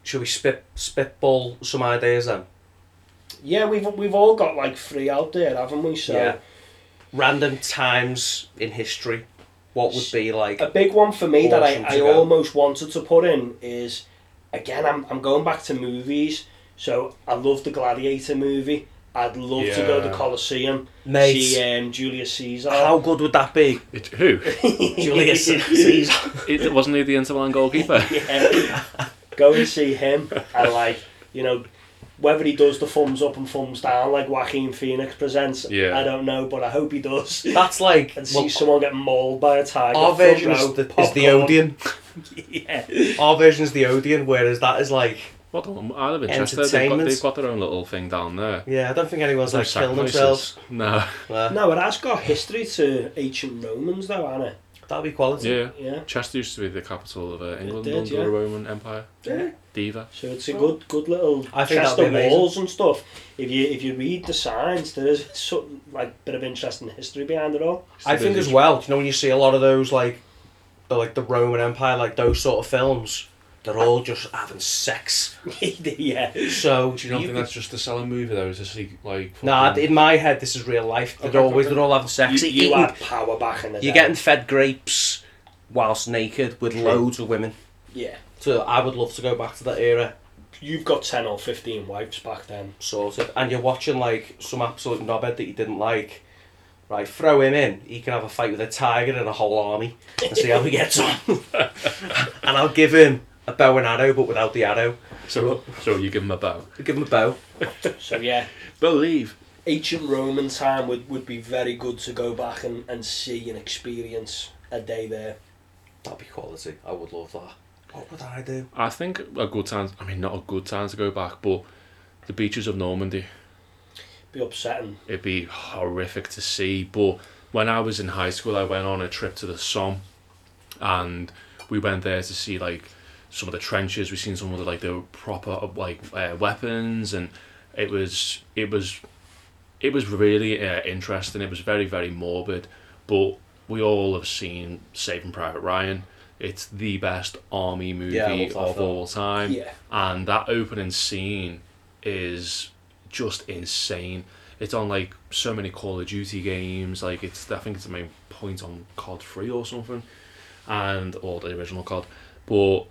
S1: should we spit spitball some ideas then?
S2: Yeah, we've we've all got like three out there, haven't we? So
S1: Yeah. Random times in history, what would be like?
S2: a big one for me that I,
S1: Awesome to
S2: I
S1: go.
S2: almost wanted to put in is again I'm I'm going back to movies. So I love the Gladiator movie. I'd love to go to the
S3: Yeah.
S2: Colosseum,
S1: Mate.
S2: see um, Julius Caesar.
S1: How good would that be?
S3: It, who?
S1: Julius Caesar.
S3: it wasn't he the Inter Milan goalkeeper?
S2: Yeah. go and see him and like you know whether he does the thumbs up and thumbs down like Joaquin Phoenix presents.
S3: Yeah.
S2: I don't know, but I hope he does.
S1: That's like
S2: And see
S1: well,
S2: someone get mauled by a tiger.
S1: our
S2: front
S1: version
S2: row,
S1: is the, is the
S2: popcorn.
S1: Odeon.
S2: Yeah.
S1: Our version is the Odeon, whereas that is like
S3: What the? I'd have interest there. They've got,
S1: Entertainment.
S3: they've got their own little thing down there.
S1: yeah. I don't think anyone's like killing
S3: Sacrifices.
S1: themselves.
S3: No.
S1: Nah,
S2: No, it has got history to ancient Romans, though, hasn't it?
S1: that'd be quality.
S3: Yeah.
S2: Yeah.
S3: Chester used to be the capital of uh, England
S2: did,
S3: under
S2: yeah.
S3: the Roman Empire.
S2: Yeah.
S3: Diva.
S2: So it's a good, good little
S1: I think
S2: chest
S1: that'd
S2: of
S1: be amazing.
S2: walls and stuff. If you if you read the signs, there is some like bit of interesting history behind it all.
S1: I think as well, you know, when you see a lot of those like, the like the Roman Empire, like those sort of films, they're all just having sex.
S2: yeah.
S1: So
S3: Do you not
S1: you
S3: think
S1: could-
S3: that's just to sell a movie though? To see like.
S1: Nah,
S3: fucking-
S1: in my head, this is real life. They're
S3: Okay,
S1: always
S3: okay.
S1: they're all having sex.
S2: You, you had power back in the
S1: are
S2: day.
S1: getting fed grapes whilst naked with loads of women.
S2: yeah.
S1: So I would love to go back to that era,
S2: You've got ten or fifteen wives back then.
S1: sort of. And you're watching like some absolute knobhead that you didn't like. Right, throw him in. He can have a fight with a tiger and a whole army, and see how he gets on. and I'll give him a bow and arrow, but without the arrow.
S3: So, so you give him a bow.
S1: Give him a bow.
S2: So yeah,
S3: Believe.
S2: ancient Roman time would, would be very good to go back and, and see and experience a day there.
S1: That'd be quality. I would love that. What would I do?
S3: I think a good time. I mean, not a good time to go back, but the beaches of Normandy.
S2: Be upsetting.
S3: It'd be horrific to see. But when I was in high school, I went on a trip to the Somme, and we went there to see like some of the trenches. We seen some of the like the proper like uh, weapons, and it was it was it was really uh, interesting. It was very very morbid, but we all have seen Saving Private Ryan. It's the best army movie
S1: Yeah, I love that
S3: of
S1: film.
S3: all time
S2: Yeah.
S3: and that opening scene is just insane. It's on like so many Call of Duty games. Like it's, I think it's the main point on COD Three or something, and or the original COD. But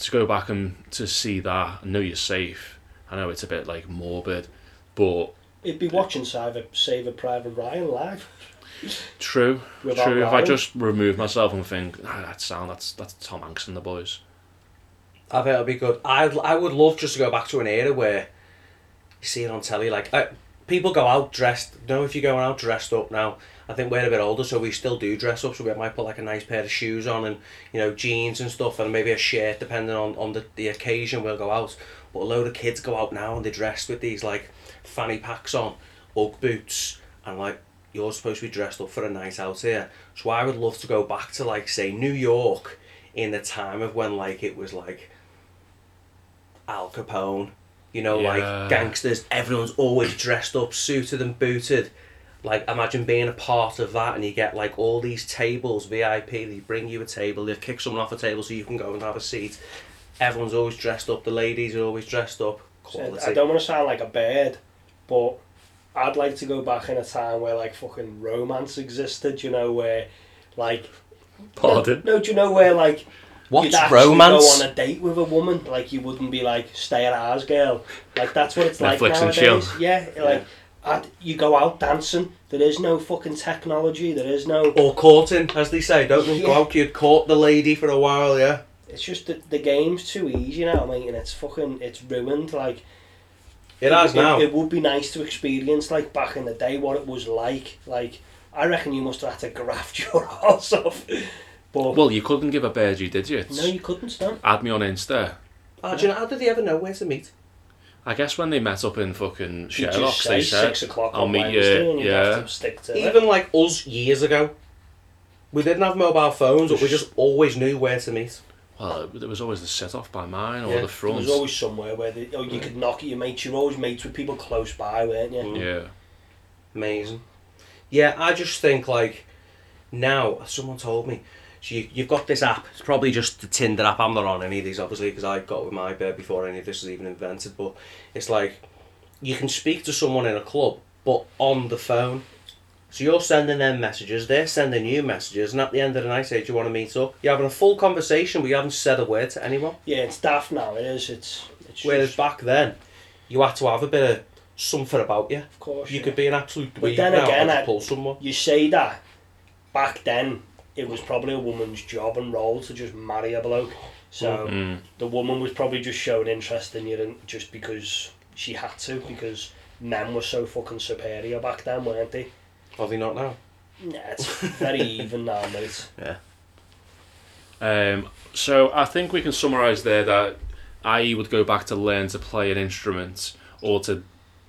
S3: to go back and to see that, I know you're safe. I know it's a bit like morbid, but
S2: It'd be watching Save Save a Private Ryan live.
S3: true,
S2: Without
S3: true. If I
S2: lying.
S3: just remove myself and think, ah, that sound, that's that's Tom Hanks and the boys.
S1: I think that'd be good. I I would love just to go back to an era where you see it on telly. Like uh, people go out dressed. You know, if you're going out dressed up now, I think we're a bit older, so we still do dress up. So we might put like a nice pair of shoes on and you know jeans and stuff, and maybe a shirt depending on on the, the occasion. We'll go out, but a load of kids go out now and they're dressed with these like fanny packs on, UGG boots, and like. You're supposed to be dressed up for a night out here, so I would love to go back to like say New York, in the time of when like it was like Al Capone, you know,
S3: Yeah.
S1: like gangsters. Everyone's always dressed up, suited and booted. Like imagine being a part of that, and you get like all these tables VIP. They bring you a table. They kick someone off a table so you can go and have a seat. Everyone's always dressed up. The ladies are always dressed up.
S2: So
S1: Quality.
S2: I don't want to sound like a bird, but I'd like to go back in a time where like fucking romance existed. You know where, like,
S3: Pardon.
S2: no, do you know where like
S1: What's
S2: actually
S1: romance?
S2: Go on a date with a woman, like you wouldn't be like stay at ours, girl. Like that's what it's like
S3: Netflix
S2: nowadays.
S3: and chill.
S2: Yeah, like and you go out dancing. There is no fucking technology. There is no.
S1: Or courting, as they say, don't they? Go
S2: Yeah.
S1: out, you'd court the lady for a while, yeah.
S2: It's just that the game's too easy now, mate, and it's fucking it's ruined. Like
S1: It has now.
S2: It, would be nice to experience like back in the day what it was like. Like I reckon you must have had to graft your ass off. But
S3: Well, you couldn't give a bird you, did you? It's-
S2: no, you couldn't. No.
S3: Add me on Insta.
S1: Ah, do you know, how did they ever know where to meet?
S3: I guess when they met up in fucking
S2: She'd
S3: Sherlock's,
S2: just
S3: they
S2: say
S3: said,
S2: six o'clock
S3: I'll
S2: on
S3: meet you,
S2: Wednesday, and you'd
S3: yeah.
S2: have to stick to it.
S1: Even like us years ago, we didn't have mobile phones, but we just always knew where to meet.
S3: well, there was always the set off by mine or
S1: Yeah,
S3: the
S2: There
S3: front.
S2: was always somewhere where they, oh, you could knock at your mates. You were always mates with people close by, weren't you?
S3: Yeah.
S1: Amazing. Yeah, I just think like now someone told me. So you, you've got this app. It's probably just the Tinder app. I'm not on any of these, obviously, because I got with my bird before any of this was even invented. But it's like you can speak to someone in a club, but on the phone. So you're sending them messages, they're sending you messages, and at the end of the night, say, "Do you want to meet up?" You're having a full conversation, but you haven't said a word to anyone.
S2: Yeah, it's daft now. It is. It's. it's
S1: Whereas
S2: just-
S1: back then, you had to have a bit of something about you.
S2: of course,
S1: You
S2: yeah.
S1: could be an absolute
S2: But
S1: dweeb
S2: then
S1: now
S2: again,
S1: and
S2: I-
S1: pull someone.
S2: You say that back then it was probably a woman's job and role to just marry a bloke. So
S3: Mm-hmm.
S2: the woman was probably just showing interest in you and just because she had to because men were so fucking superior back then, weren't they?
S1: Are they not now?
S2: Nah, it's very even now, mate.
S3: Um, so I think we can summarise there that IE would go back to learn to play an instrument or to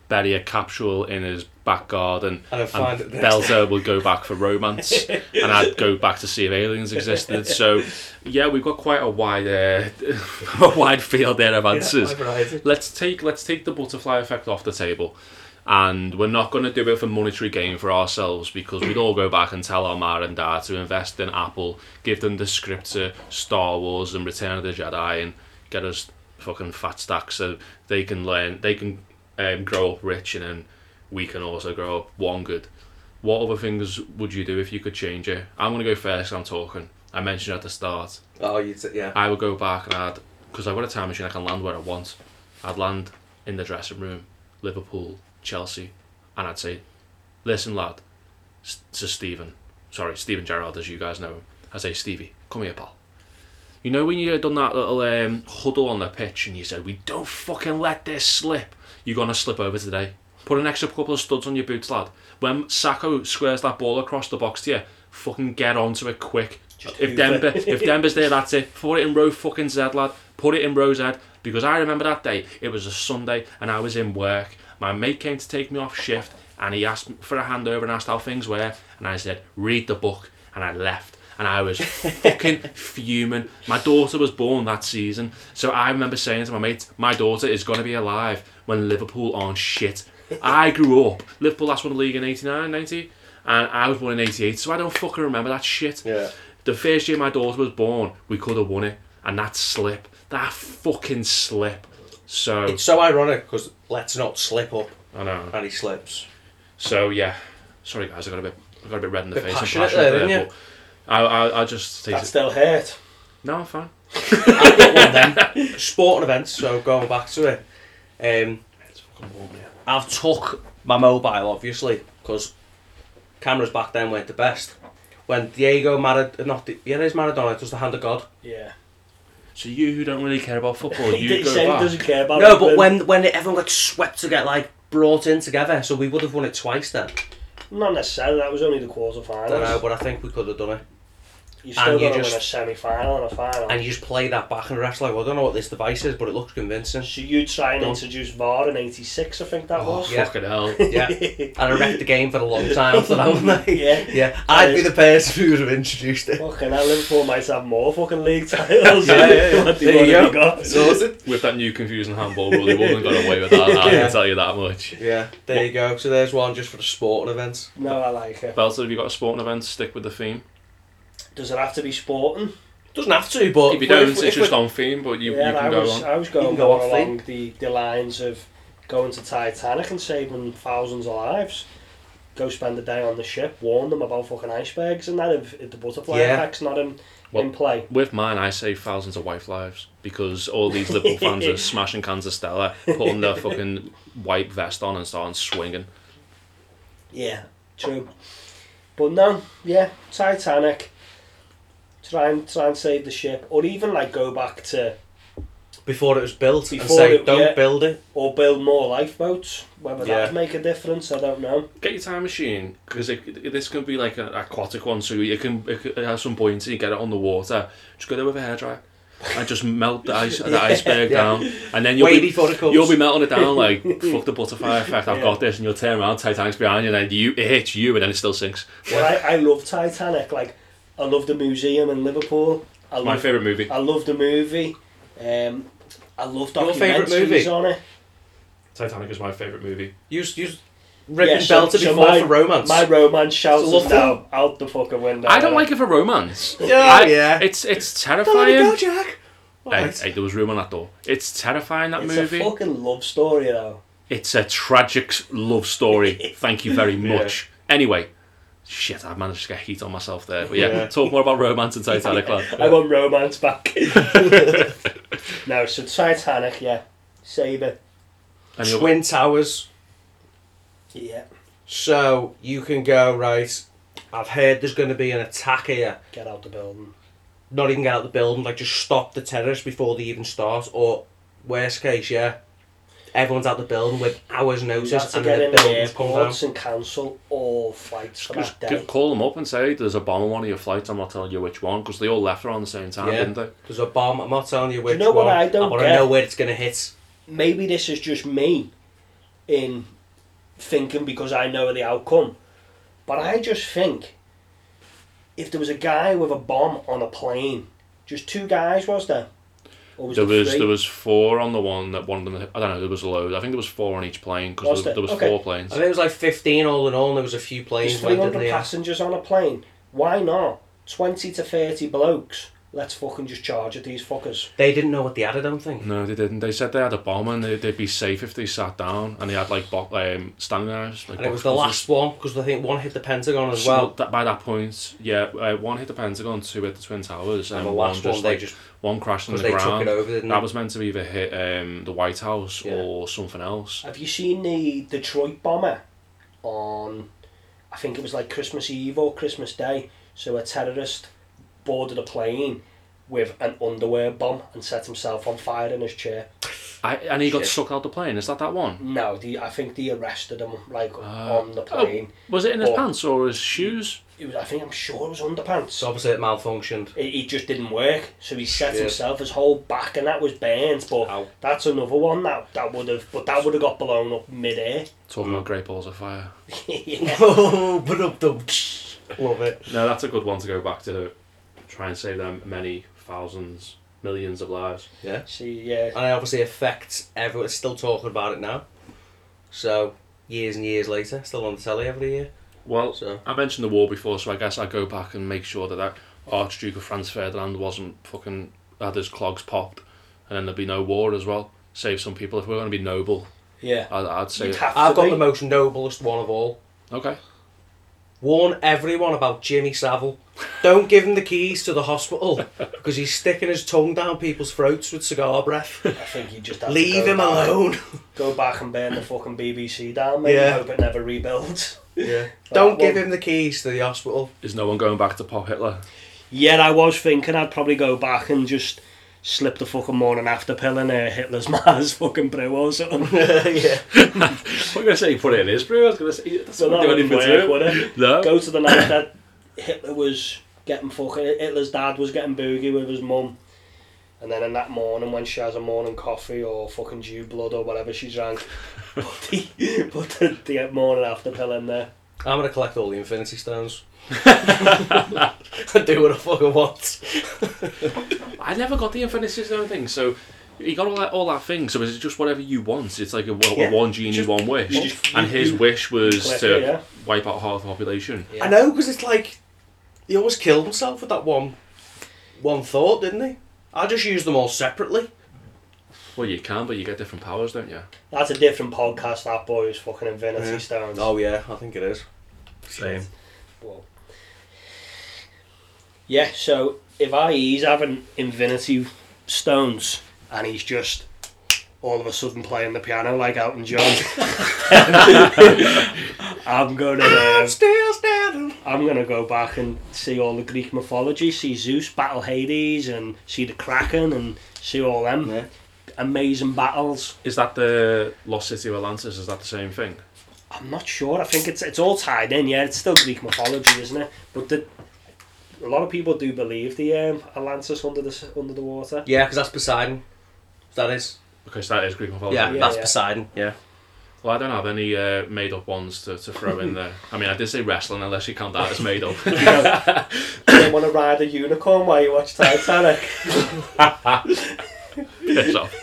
S3: bury a capsule in his back garden.
S1: And I find
S3: And
S1: that there's-
S3: Belzer would go back for romance, and I'd go back to see if aliens existed. So, yeah, we've got quite a wide, uh, a wide field there of answers. Let's take let's take the butterfly effect off the table, and we're not going to do it for monetary gain for ourselves because we'd all go back and tell our mom and dad to invest in Apple, give them the script to Star Wars and Return of the Jedi, and get us fucking fat stacks so they can learn they can um, grow up rich and then we can also grow up wangered. What other things would you do if you could change it? I'm gonna go first. 'cause I'm talking. I mentioned at the start.
S1: Oh, you t- yeah.
S3: I would go back and I'd, because I've got a time machine, I can land where I want. I'd land in the dressing room, Liverpool, Chelsea, and I'd say, listen, lad, S- to Stephen, sorry, Stephen Gerrard, as you guys know him, I say, Stevie, come here, pal. You know when you done that little um, huddle on the pitch and you said, we don't fucking let this slip, you're going to slip over today. Put an extra couple of studs on your boots, lad. When Sacco squares that ball across the box to you, fucking get onto it quick. if
S2: hoover.
S3: Denver, if Denver's there, that's it. Put it in row fucking Z, lad. Put it in row Z. Because I remember that day, it was a Sunday and I was in work. My mate came to take me off shift and he asked for a handover and asked how things were. And I said, read the book. And I left. And I was fucking fuming. My daughter was born that season. So I remember saying to my mate, my daughter is going to be alive when Liverpool aren't shit. I grew up. Liverpool last won the league in 89, 90. And I was born in 88. So I don't fucking remember that shit.
S1: Yeah.
S3: The first year my daughter was born, we could have won it. And that slip, that fucking slip. So,
S1: It's so ironic because let's not slip up,
S3: I know.
S1: and he slips.
S3: So yeah, sorry guys, I got a bit, I got a bit red in the
S1: Bit
S3: face.
S1: passionate there, didn't you?
S3: but I, I, I just take
S2: That
S3: it.
S2: still hurt.
S3: No, I'm fine.
S1: I've got one then. Sporting events. So going back to it, um,
S3: It's fucking warm here.
S1: I've took my mobile obviously because cameras back then weren't the best. When Diego Maradona, not Di- yeah, it is Maradona, does the hand of God.
S2: Yeah.
S3: So you who don't really care about football, you
S2: he
S3: go
S2: said he
S3: back.
S2: doesn't care about
S1: No,
S2: it,
S1: but when when it, everyone got swept to get like brought in together, so we would have won it twice then.
S2: not necessarily that was only the quarter
S1: I don't know,
S2: finals.
S1: but I think we could have done it.
S2: You still
S1: and you
S2: gotta win
S1: just-
S2: a semi final and a final.
S1: And you just play that back and refs like, well, I don't know what this device is, but it looks convincing.
S2: so you try and
S1: Done.
S2: introduce VAR in eighty six, I think that
S3: Oh,
S2: was.
S1: Yeah.
S3: fucking hell.
S1: Yeah, and I wrecked the game for a long time after that one. Like,
S2: Yeah.
S1: yeah, I'd be the person who would have introduced it.
S2: Fucking hell, Liverpool might have more fucking league titles.
S1: Yeah, yeah, yeah.
S2: What they
S1: There you
S2: already
S1: go.
S2: got.
S1: Sorted.
S3: With that new confusing handball rule, they wouldn't have got away with that. I
S1: Yeah.
S3: can tell you that much.
S1: Yeah, there you go. So there's one just for the sporting events.
S2: No, I like it.
S3: Belter, have you got a sporting event? Stick with the theme.
S2: Does it have to be sporting?
S1: Doesn't have to, but
S3: If you don't,
S1: we-
S3: it's
S1: we-
S3: just on theme, but you,
S2: yeah,
S3: you
S2: and I
S3: can go
S2: was
S3: on.
S2: I was
S1: You
S2: going
S1: can go
S2: more
S1: off
S2: along the, the lines of going to Titanic and saving thousands of lives. Go spend a day on the ship, warn them about fucking icebergs and that if, if the butterfly
S1: Yeah.
S2: effect's not in,
S3: Well-
S2: in play.
S3: With mine, I saved thousands of wife lives because all these Liverpool fans are smashing cans of Stella, putting their fucking white vest on and starting swinging.
S2: Yeah, true. But no, yeah, Titanic. Try and try and save the ship, or even like go back to
S1: before it was built and
S2: Before
S1: say
S2: it-
S1: don't
S2: yeah.
S1: build it.
S2: or build more lifeboats. Whether
S1: Yeah.
S2: that'd make a difference, I don't know.
S3: Get your time machine because this could be like an aquatic one, so you can it could have some buoyancy. Get it on the water. Just go there with a hairdryer and just melt the, ice, the iceberg
S1: Yeah.
S3: down, and then you'll
S1: Way
S3: be
S1: before it comes.
S3: you'll be melting it down like fuck the butterfly effect. I've
S2: Yeah.
S3: got this, and you'll turn around. Titanic's behind you, and then you it hits you, and then it still sinks.
S2: Well, I, I love Titanic. Like, I love the museum in Liverpool. I
S3: My
S2: love,
S3: favorite movie,
S2: I love the movie. Um, I love
S1: Your favourite movie?
S2: documentaries on it.
S3: Titanic, is my favorite movie.
S1: You you ripping
S2: Yeah, so-
S1: belted
S2: so
S1: before
S2: my-
S1: for romance.
S2: My romance shouts
S1: It's a love
S2: us down out the fucking window.
S3: I don't like it for romance.
S1: yeah,
S3: I-
S1: yeah.
S3: It's it's
S1: Don't let it
S3: terrifying.
S1: go, Jack.
S3: Hey,
S1: Alright.
S3: hey, there was room on that door. It's terrifying that
S2: It's
S3: movie.
S2: a fucking love story though.
S3: It's a tragic love story. Thank you very much. Anyway, shit, I managed to get heat on myself there. But yeah,
S1: Yeah.
S3: talk more about romance and Titanic. lad.
S2: I want romance back. no, so Titanic, yeah, save it.
S3: And you'll-
S1: Twin Towers.
S2: Yeah,
S1: So you can go right. I've heard there's going to be an attack here.
S2: get out the building.
S1: Not even get out of the building. Like just stop the terrorists before they even start. Or worst case, yeah, everyone's out the building with hours
S2: You
S1: notice,
S2: have to
S1: and
S2: get
S1: then
S2: in
S1: the
S2: the
S1: buildings come down.
S2: airports and cancel all flights for
S3: just
S2: that
S3: c-
S2: day.
S3: call them up and say there's a bomb on one of your flights. I'm not telling you which one because they all left around the same time,
S1: Yeah.
S3: didn't they?
S1: There's a bomb. I'm not telling you which
S2: you know what
S1: one.
S2: I don't
S1: want to
S2: get?
S1: know where it's going to hit.
S2: Maybe this is just me in thinking because I know the outcome, but I just think if there was a guy with a bomb on a plane, just two guys, was there? Or was
S3: There was
S2: three?
S3: there was four on the one that one of them. I don't know. There was a load. I think there was four on each plane
S2: Was
S3: because there,
S2: there?
S3: there was
S2: Okay.
S3: four
S1: I
S3: planes.
S1: think it was like 15 all in all. And there was a few planes.
S2: There's
S1: landed in
S2: 300
S1: the air.
S2: passengers on a plane. Why not? 20 to 30 blokes. Let's fucking just charge at these fuckers.
S1: They didn't know what they had. I don't think.
S3: No, they didn't. They said they had a bomb and they, they'd be safe if they sat down. And they had like bo- um, standing knives. Like
S1: And it was
S3: box
S1: the last
S3: cutters.
S1: one because I think one hit the Pentagon as
S3: Well,
S1: well.
S3: that, by that point, yeah, uh, one hit the Pentagon, two hit the Twin Towers, and,
S1: And the
S3: one
S1: last
S3: just
S1: one, they
S3: like
S1: just-
S3: one crashed on
S1: 'cause
S3: the
S1: they took
S3: ground.
S1: it over, didn't
S3: that
S1: they?
S3: was meant to either hit um, the White House
S1: Yeah.
S3: or something else.
S2: Have you seen the Detroit bomber on, I think it was like Christmas Eve or Christmas Day? So a terrorist boarded a plane with an underwear bomb and set himself on fire in his chair.
S3: I, and he got
S1: Shit.
S3: stuck out the plane. Is that that one?
S2: No, the, I think they arrested him like
S3: Ah.
S2: on the plane.
S3: Was it in his
S2: Oh.
S3: pants or his shoes?
S2: It was, I think I'm sure it was underpants.
S1: So obviously it malfunctioned.
S2: it, it just didn't work. So he set
S1: Yeah.
S2: himself his whole back, and that was burnt. But
S1: Ow.
S2: that's another one that that would have, but that would have got blown up mid-air.
S3: Talking
S1: Mm.
S3: about great balls of fire.
S2: yeah.
S1: Oh, but up the love it.
S3: No, that's a good one to go back to. Try and save them many thousands, millions of lives.
S1: Yeah,
S2: See, yeah,
S1: and it obviously affects everyone. it's Still talking about it now. So years and years later, still on the telly every year.
S3: Well,
S1: So
S3: I mentioned the war before, so I guess I go back and make sure that that Archduke of France Ferdinand wasn't fucking had his clogs popped, and then there'd be no war as well. Save some people. If we're going to be noble,
S2: yeah.
S3: I'd, I'd say
S2: You'd have
S1: I've
S2: to
S1: got
S2: be.
S1: the most noblest one of all.
S3: okay.
S1: Warn everyone about Jimmy Savile. Don't give him the keys to the hospital because he's sticking his tongue down people's throats with cigar breath.
S2: I think you just have to
S1: Leave
S2: go
S1: him
S2: back-
S1: alone.
S2: Go back and burn the fucking BBC down, mate.
S1: Yeah.
S2: Hope it never rebuilds.
S1: Yeah. Don't
S2: That
S1: give
S2: one.
S1: him the keys to the hospital.
S3: Is no one going back to pop Hitler?
S2: Yeah, I was thinking I'd probably go back and just slip the fucking morning after pill in uh, Hitler's Mars fucking brew or something.
S1: yeah.
S3: I'm gonna say put it in his brew. I was gonna say that's
S2: So that wouldn't work, would it?
S3: No.
S2: go to the night that Hitler was getting fucking Hitler's dad was getting boogie with his mum, and then in that morning when she has a morning coffee or fucking Jew blood or whatever she drank, put the put the, the morning after pill in there.
S1: I'm gonna collect all the Infinity Stones. I do what I fucking want.
S3: I never got the Infinity Stone thing, so you got all that all that thing. So is it just whatever you want? It's like a, well,
S1: Yeah.
S3: one genie,
S1: Just-
S3: one wish,
S2: you just-
S3: and
S2: you-
S3: his
S2: you-
S3: wish was
S2: Click
S3: to
S2: it, yeah.
S3: wipe out half the population.
S1: I know because it's like he almost killed himself with that one, one thought, didn't he? I just used them all separately.
S3: Well, you can, but you get different powers, don't you?
S2: That's a different podcast. That boy is fucking Infinity Stones.
S1: Oh yeah, I think it is.
S3: Same.
S2: Well. Yeah, so if I he's having Infinity Stones and he's just all of a sudden playing the piano like Elton John, I'm gonna um,
S1: Still standing.
S2: I'm gonna go back and see all the Greek mythology, see Zeus battle Hades, and see the Kraken, and see all them
S1: Yeah.
S2: amazing battles.
S3: Is that the Lost City of Atlantis? Is that the same thing?
S2: I'm not sure. I think it's it's all tied in. Yeah, it's still Greek mythology, isn't it? But the, a lot of people do believe the um, Atlantis under the s- under the water.
S1: Yeah, because that's Poseidon. That is.
S3: Because that is Greek mythology.
S1: Yeah,
S2: yeah,
S1: that's
S2: yeah.
S1: Poseidon. Yeah.
S3: Well, I don't have any uh, made up ones to, to throw in there. I mean, I did say wrestling, unless you count that as made up.
S2: You, know, you don't want to ride a unicorn while you watch Titanic.
S3: Piss off.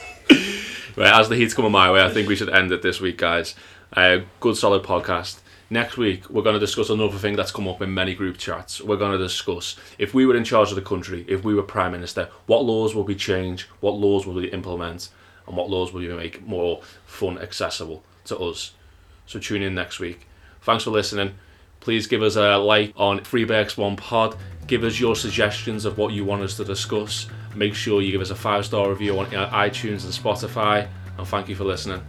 S3: Right, as the heat's coming my way, I think we should end it this week, guys. Uh, good solid podcast. Next week, we're going to discuss another thing that's come up in many group chats. We're going to discuss if we were in charge of the country, if we were prime minister, what laws will we change, what laws will we implement, and what laws will we make more fun accessible to us. So tune in next week. Thanks for listening. Please give us a like on Freeberg's One Pod. Give us your suggestions of what you want us to discuss. Make sure you give us a five star review on uh, iTunes and Spotify. And thank you for listening.